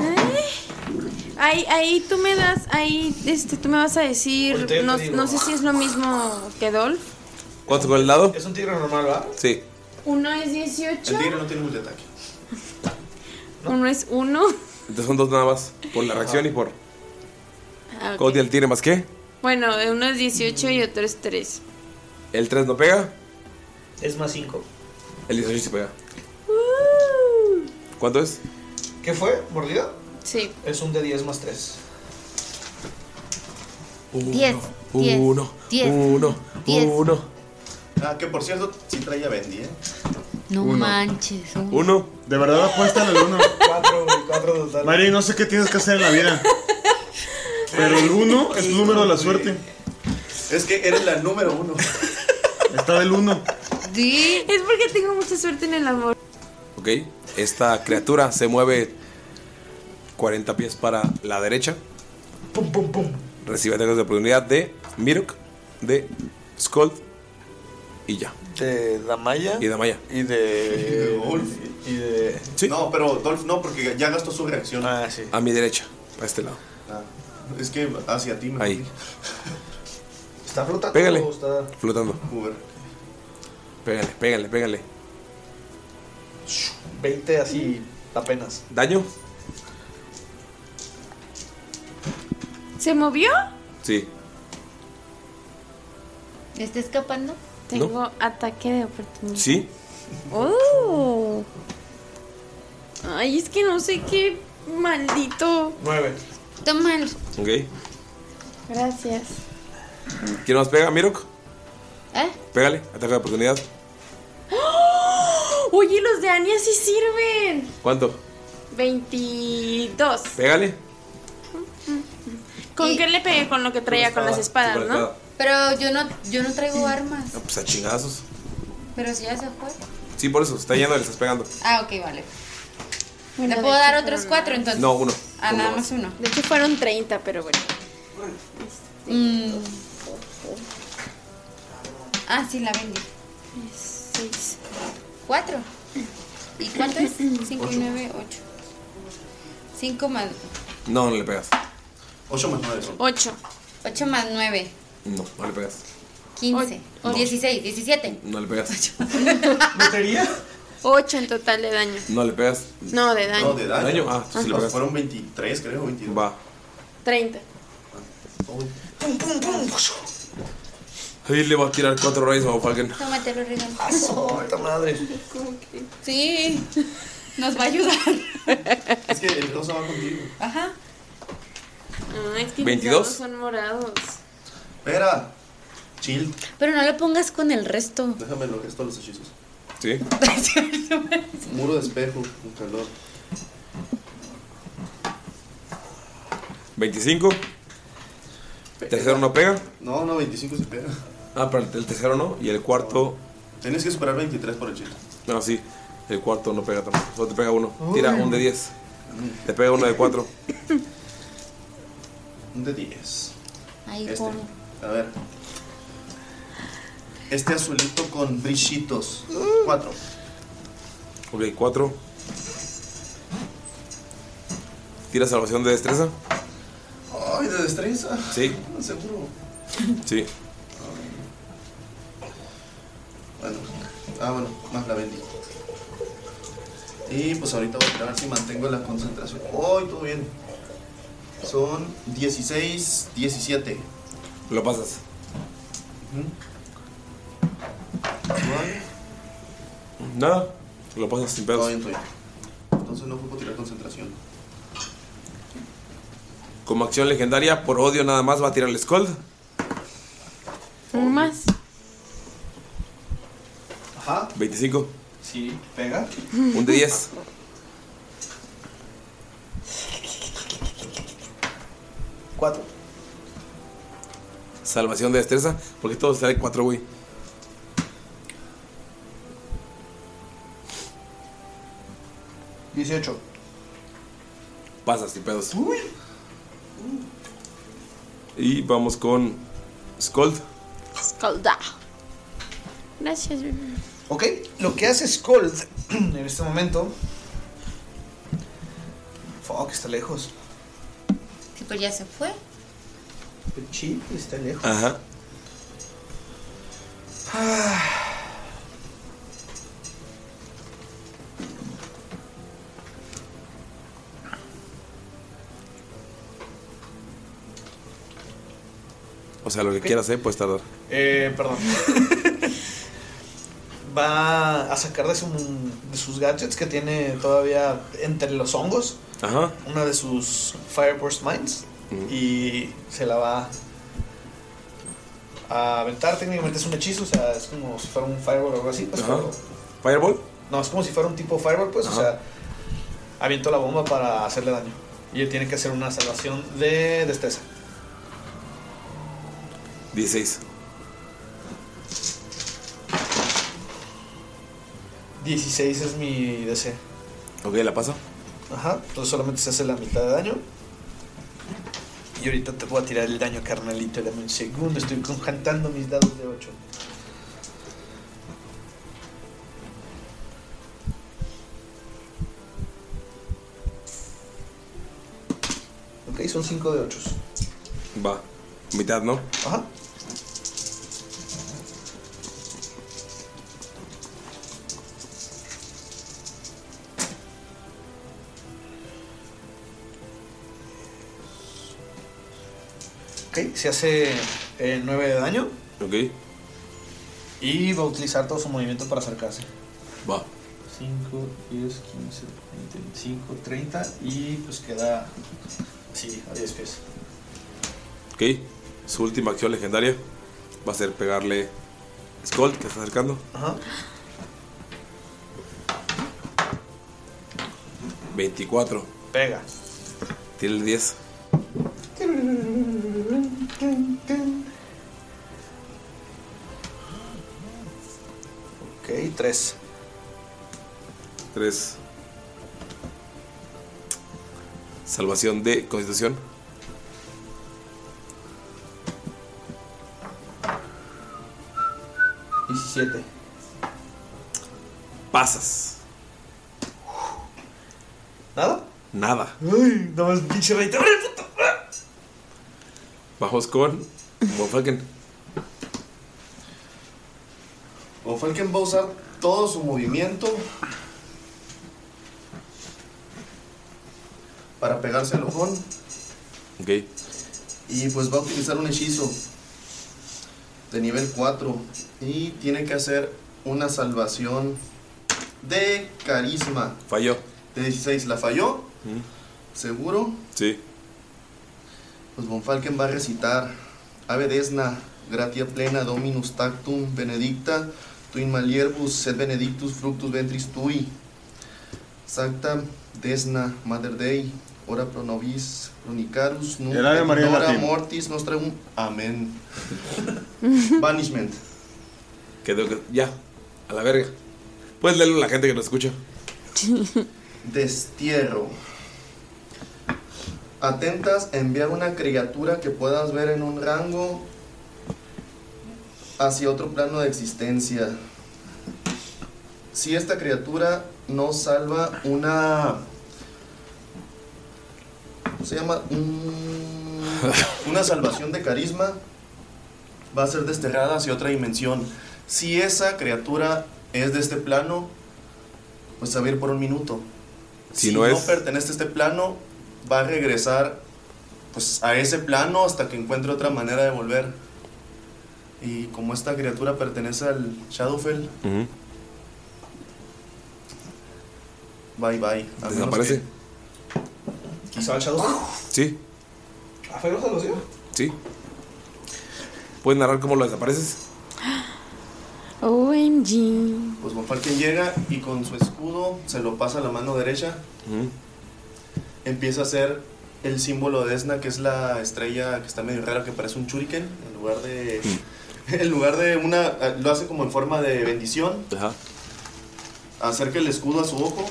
Speaker 5: ¿Eh? Ahí, ahí tú me das, ahí este, tú me vas a decir,
Speaker 2: Ahorita yo te
Speaker 5: no,
Speaker 2: digo.
Speaker 5: no sé si es lo mismo que Dolph.
Speaker 2: ¿Cuánto con el dado?
Speaker 9: Es un tigre normal, ¿verdad?
Speaker 2: Sí.
Speaker 5: Uno es 18,
Speaker 4: no tiene multiataque.
Speaker 5: uno es 1.
Speaker 2: Entonces son dos nada más. Por la reacción y por. ¿Cómo tiene el tire más qué?
Speaker 5: Ah, Bueno, uno es 18 y otro es 3.
Speaker 2: El 3 no pega.
Speaker 9: Es más 5.
Speaker 2: El 18 sí pega.
Speaker 7: Uh.
Speaker 2: ¿Cuánto es?
Speaker 9: ¿Qué fue? ¿Mordida?
Speaker 5: Sí.
Speaker 9: Es un de 10 más 3.
Speaker 7: Diez, diez,
Speaker 2: Uno.
Speaker 7: diez,
Speaker 2: Uno.
Speaker 7: diez.
Speaker 2: Uno.
Speaker 4: Ah, que por cierto, sí traía Bendy, ¿eh?
Speaker 7: No
Speaker 11: Uno.
Speaker 7: manches. un-
Speaker 2: Uno.
Speaker 11: De verdad apuesta al uno.
Speaker 9: Cuatro, cuatro total.
Speaker 11: Mari, no sé qué tienes que hacer en la vida. Pero el uno es el número de la suerte.
Speaker 4: Es que eres la número uno.
Speaker 11: Está del uno.
Speaker 5: Es porque tengo mucha suerte en el amor.
Speaker 2: Ok. Esta criatura se mueve 40 pies para la derecha.
Speaker 9: Pum, pum, pum.
Speaker 2: Recibe ataques de oportunidad de Mirok, de Skull y ya.
Speaker 9: De Damaya.
Speaker 2: Y Damaya.
Speaker 9: Y de.
Speaker 4: Dolph.
Speaker 9: Y de.
Speaker 4: No, pero Dolph no, porque ya gastó su reacción.
Speaker 9: Ah, sí.
Speaker 2: A mi derecha, a este lado.
Speaker 4: Ah, es que hacia ti me
Speaker 2: Ahí.
Speaker 9: ¿Está flotando?
Speaker 2: Pégale.
Speaker 9: o está-
Speaker 2: Flotando. Pégale, pégale, pégale.
Speaker 9: 20 así apenas.
Speaker 2: ¿Daño?
Speaker 5: ¿Se movió?
Speaker 2: Sí.
Speaker 5: ¿Está escapando?
Speaker 2: No.
Speaker 5: Tengo ataque de oportunidad.
Speaker 2: ¿Sí?
Speaker 5: Oh. Ay, es que no sé qué maldito.
Speaker 2: 9.
Speaker 5: Toma.
Speaker 2: Ok.
Speaker 5: Gracias.
Speaker 2: ¿Quién más pega? Mirok.
Speaker 5: ¿Eh?
Speaker 2: Pégale, ataque de oportunidad.
Speaker 5: ¡Oh! Oye, los de Ania sí sirven.
Speaker 2: ¿Cuánto?
Speaker 5: 22.
Speaker 2: Pégale.
Speaker 5: ¿Con qué le pegué? Con lo que traía con las espadas,
Speaker 2: Con la
Speaker 5: ¿no?
Speaker 2: espada.
Speaker 7: Pero yo no, yo no traigo armas.
Speaker 2: No, pues a chingazos.
Speaker 7: Pero si ya se fue.
Speaker 2: Sí, por eso, está yendo, le estás pegando.
Speaker 7: Ah, ok, vale. ¿Le puedo dar otros cuatro entonces?
Speaker 2: No, uno.
Speaker 7: Ah,
Speaker 2: Uno
Speaker 7: nada más
Speaker 2: más.
Speaker 7: uno.
Speaker 5: De hecho fueron 30, pero bueno.
Speaker 7: Mm. Ah, sí, la vendí.
Speaker 5: Seis.
Speaker 7: Cuatro. ¿Y cuánto es? Cinco y nueve, ocho. Cinco más...
Speaker 2: No, no le pegas.
Speaker 4: 8 más 9
Speaker 5: Ocho.
Speaker 7: Ocho más nueve.
Speaker 2: No, no le pegas.
Speaker 7: Quince. Dieciséis. Diecisiete.
Speaker 2: No le pegas.
Speaker 5: Ocho en total de daño.
Speaker 2: No le pegas.
Speaker 5: No, de daño.
Speaker 4: No, de daño.
Speaker 2: Daño, ah, sí le pegas.
Speaker 4: Fueron 23, creo, 22.
Speaker 2: Va.
Speaker 5: 30.
Speaker 2: Ahí le va a tirar cuatro rayos a Falcon.
Speaker 7: Tómatelo, regalo.
Speaker 2: madre.
Speaker 7: Sí. Nos va a ayudar.
Speaker 4: Es que el 2 va contigo.
Speaker 7: Ajá.
Speaker 5: Ah, es que mis
Speaker 2: 22.
Speaker 5: dados son morados.
Speaker 4: Espera. Chill.
Speaker 12: Pero no lo pongas con el resto.
Speaker 4: Déjame lo resto de los hechizos.
Speaker 2: Sí.
Speaker 4: Muro de espejo, un calor.
Speaker 2: 25. Tercero no pega.
Speaker 4: No, no, 25 se pega.
Speaker 2: Ah, pero el tercero no. Y el cuarto.
Speaker 4: Tienes que superar 23 por el chill.
Speaker 2: No, sí. El cuarto no pega tampoco. Solo te pega uno. Tira un de 10. Te pega uno de 4.
Speaker 4: Un de 10.
Speaker 12: Ay,
Speaker 4: Este.
Speaker 12: pobre.
Speaker 4: A ver. Este azulito con brillitos. 4.
Speaker 2: Ok, 4. Tira salvación de destreza.
Speaker 4: Ay, de destreza. Ah,
Speaker 2: Sí,
Speaker 4: Seguro.
Speaker 2: sí.
Speaker 4: Bueno, ah, bueno, más la vendí. Y pues ahorita voy a ver si mantengo la concentración. Hoy todo bien. Son 16, 17.
Speaker 2: Lo pasas. Nada. Lo pasas sin pedos.
Speaker 4: Entonces no puedo tirar concentración.
Speaker 2: Como acción legendaria, por odio nada más va a tirar el Scold.
Speaker 5: ¿Un más?
Speaker 4: Ajá.
Speaker 2: 25.
Speaker 4: Sí, pega.
Speaker 2: Un de 10.
Speaker 4: Cuatro.
Speaker 2: Salvación de destreza. Porque todos sale 4, güey.
Speaker 4: Dieciocho.
Speaker 2: Pasas sin pedos. Y vamos con Scold.
Speaker 5: Escolda. Gracias, bebé.
Speaker 9: Ok, lo que hace Scold en este momento. Fuck, está lejos.
Speaker 7: Sí, pues ya se fue.
Speaker 9: Chip está lejos.
Speaker 2: Ajá. O sea, lo que quieras, eh, puedes tardar.
Speaker 9: Eh, perdón. Va a sacar de, su- de sus gadgets que tiene todavía entre los hongos
Speaker 2: Ajá.
Speaker 9: una de sus Fireburst Mines
Speaker 2: Ujú.
Speaker 9: y se la va a aventar. Técnicamente es un hechizo, o sea, es como si fuera un Fireball o algo así. pues,
Speaker 2: Ajá.
Speaker 9: pero-
Speaker 2: Fireball.
Speaker 9: no, es como si fuera un tipo Fireball, pues, o sea, avientó la bomba para hacerle daño. Y él tiene que hacer una salvación de destreza.
Speaker 2: 16.
Speaker 9: 16 es mi DC.
Speaker 2: Ok, la pasa.
Speaker 9: Ajá, entonces solamente se hace la mitad de daño. Y ahorita te voy a tirar el daño, carnalito. Dame un segundo, estoy conjantando mis dados de 8. Ok, son 5 de 8.
Speaker 2: Va. Mitad, ¿no?
Speaker 9: Ajá. Ok, se hace 9 de daño
Speaker 2: Ok.
Speaker 9: y va a utilizar todo su movimiento para acercarse.
Speaker 2: Va.
Speaker 9: 5, 10, 15, 25, 30 y pues queda así, a 10 pies.
Speaker 2: Ok. Su última acción legendaria va a ser pegarle Skull, que está acercando.
Speaker 9: Ajá.
Speaker 2: 24.
Speaker 9: Pega.
Speaker 2: Tiene el 10.
Speaker 9: Ok, 3.
Speaker 2: 3. Salvación de Constitución.
Speaker 9: Diecisiete.
Speaker 2: Pasas.
Speaker 9: ¿Nada?
Speaker 2: Nada.
Speaker 9: Ay, nada más pinche rey. ¡Abre, puto!
Speaker 2: Bajos con Bonfalken.
Speaker 4: O Falken va a usar todo su movimiento para pegarse al ojón.
Speaker 2: Ok.
Speaker 4: Y pues va a utilizar un hechizo de nivel 4. Y tiene que hacer una salvación de carisma.
Speaker 2: Falló.
Speaker 4: De 16 la falló,
Speaker 2: Mm,
Speaker 4: seguro.
Speaker 2: Sí.
Speaker 4: Pues Von Falken va a recitar Ave desna, gratia plena, dominus tactum, benedicta, tu in malierbus, sed benedictus fructus ventris tui. Sancta desna, mater Dei, ora pro nobis, pronicarus, nunc
Speaker 6: El Ave
Speaker 4: et in
Speaker 6: María en
Speaker 4: hora
Speaker 6: latín.
Speaker 4: mortis nostrum. Amén. Banishment.
Speaker 2: Quedó que. Ya, a la verga. Puedes leerlo a la gente que nos escucha.
Speaker 4: Destierro. Atentas, enviar una criatura que puedas ver en un rango hacia otro plano de existencia. Si esta criatura no salva una... ¿cómo Se llama Un- una salvación de carisma, va a ser desterrada hacia otra dimensión. Si esa criatura es de este plano, pues se va a ir por un minuto.
Speaker 2: Si
Speaker 4: Si,
Speaker 2: no
Speaker 4: no,
Speaker 2: es-
Speaker 4: pertenece a este plano, va a regresar pues a ese plano hasta que encuentre otra manera de volver. Y como esta criatura pertenece al Shadowfell, bye bye. A menos
Speaker 2: Desaparece.
Speaker 4: que- ¿Se va al Shadowfell?
Speaker 2: Sí,
Speaker 9: ¿A Feo salvación?
Speaker 2: sí. ¿Puedes narrar cómo lo desapareces?
Speaker 5: OMG.
Speaker 4: Pues Von Falken llega y con su escudo se lo pasa a la mano derecha. Empieza a hacer el símbolo de Esna, que es la estrella que está medio rara, que parece un shuriken. En lugar de. En lugar de una. Lo hace como en forma de bendición.
Speaker 2: Ajá.
Speaker 4: Acerca el escudo a su ojo.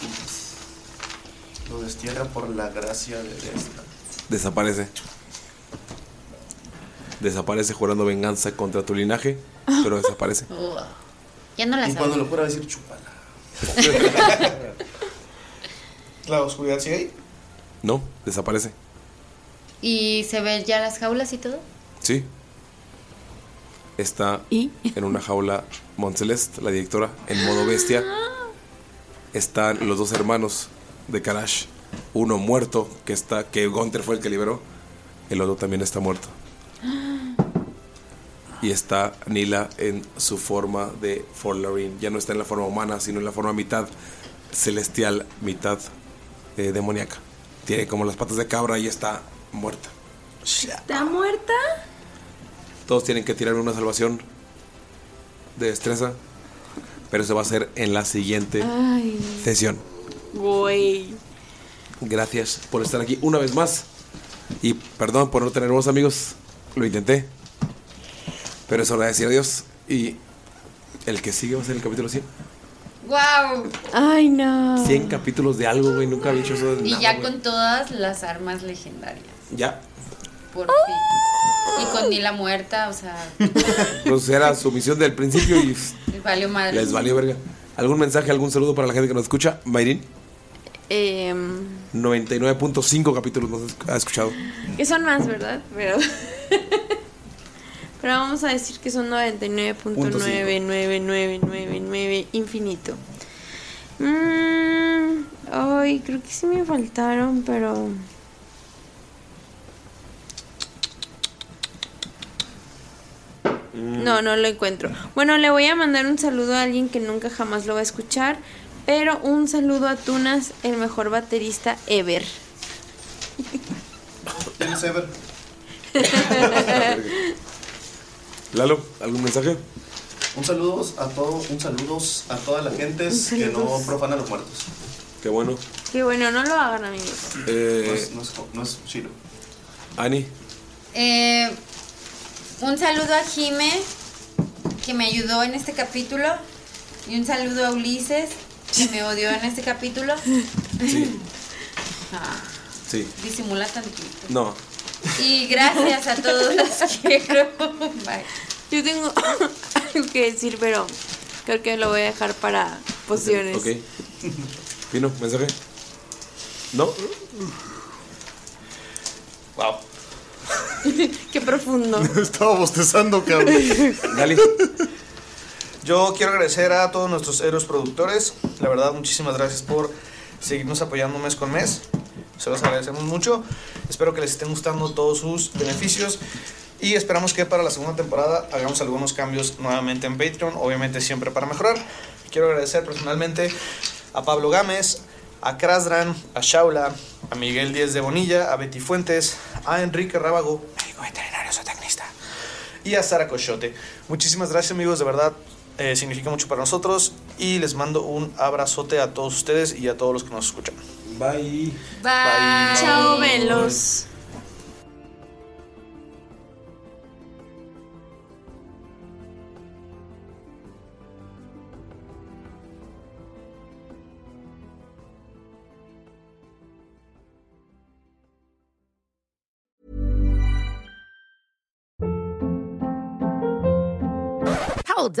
Speaker 4: pues, Lo destierra por la gracia de Esna.
Speaker 2: Desaparece. Desaparece jurando venganza contra tu linaje, pero desaparece.
Speaker 7: Ya no la
Speaker 4: Y cuando
Speaker 7: sabes.
Speaker 4: lo jura decir chupala.
Speaker 9: ¿La oscuridad sigue ahí?
Speaker 2: No, desaparece.
Speaker 7: ¿Y se ven ya las jaulas y todo?
Speaker 2: Sí. Está en una jaula Montcelest, la directora, en modo bestia. Están los dos hermanos de Karash. Uno muerto, que está, que Gunther fue el que liberó. El otro también está muerto. Y está Nila en su forma de Forlarin. Ya no está en la forma humana, sino en la forma mitad celestial, mitad eh, demoníaca. Tiene como las patas de cabra y está muerta.
Speaker 5: ¿Está muerta?
Speaker 2: Todos tienen que tirar una salvación de destreza. Pero eso va a ser en la siguiente
Speaker 5: Ah. Ay.
Speaker 2: sesión.
Speaker 5: Güey.
Speaker 2: Gracias por estar aquí una vez más. Y perdón por no tener voz, amigos. Lo intenté. Pero es hora de decir adiós. Y el que sigue va a ser el capítulo 100.
Speaker 7: ¡Wow!
Speaker 5: Ay, no.
Speaker 2: 100 capítulos de algo, güey. Nunca había hecho eso. de
Speaker 7: Y
Speaker 2: nada,
Speaker 7: ya
Speaker 2: güey.
Speaker 7: con todas las armas legendarias.
Speaker 2: Ya.
Speaker 7: Por fin. Y con Nila muerta, o sea,
Speaker 2: Pues era su misión del principio y
Speaker 7: valió madre.
Speaker 2: les valió verga. ¿Algún mensaje, algún saludo para la gente que nos escucha? Mayrin,
Speaker 5: Em,
Speaker 2: 99.5 capítulos nos ha escuchado.
Speaker 5: que son más, ¿verdad? Pero. Pero vamos a decir que son 99.99999 infinito. Mm, ay, creo que sí me faltaron, pero. No, no lo encuentro. Bueno, le voy a mandar un saludo a alguien que nunca jamás lo va a escuchar. Pero un saludo a Tunas, el mejor baterista ever.
Speaker 4: ¿Quién es Ever?
Speaker 2: Lalo, ¿algún mensaje?
Speaker 4: Un saludos a todo, un saludos a toda la gente
Speaker 5: Un
Speaker 4: que no
Speaker 5: saludos.
Speaker 4: profana a los muertos.
Speaker 2: Qué bueno. Eh,
Speaker 5: Que bueno, no lo hagan, amigos.
Speaker 4: no
Speaker 9: Eh.
Speaker 4: es, no es, no es chido.
Speaker 2: Ani,
Speaker 7: Eh, un saludo a Jime, que me ayudó en este capítulo. Y un saludo a Ulises, que me odió en este capítulo. Ah,
Speaker 2: sí.
Speaker 7: disimula tantito.
Speaker 2: No,
Speaker 7: Y gracias a todos, los quiero. Bye.
Speaker 5: Yo tengo algo que decir, pero creo que lo voy a dejar para pociones.
Speaker 2: ok. Pino, mensaje. No,
Speaker 9: Wow.
Speaker 5: Qué profundo.
Speaker 9: Estaba bostezando, cabrón. Yo quiero agradecer a todos nuestros héroes productores. La verdad, muchísimas gracias por seguirnos apoyando mes con mes. Se los agradecemos mucho. Espero que les estén gustando todos sus beneficios. Y esperamos que para la segunda temporada hagamos algunos cambios nuevamente en Patreon. Obviamente siempre para mejorar. Quiero agradecer personalmente a Pablo Gámez, a Krasdran, a Shaula, a Miguel Díez de Bonilla, a Betty Fuentes, a Enrique Rábago, médico veterinario zootecnista,
Speaker 4: y a Sara Cochote. Muchísimas gracias amigos, de verdad eh, significa mucho para nosotros y les mando un abrazote a todos ustedes y a todos los que nos escuchan. Bye.
Speaker 5: Bye. Chao, velos.
Speaker 7: Hold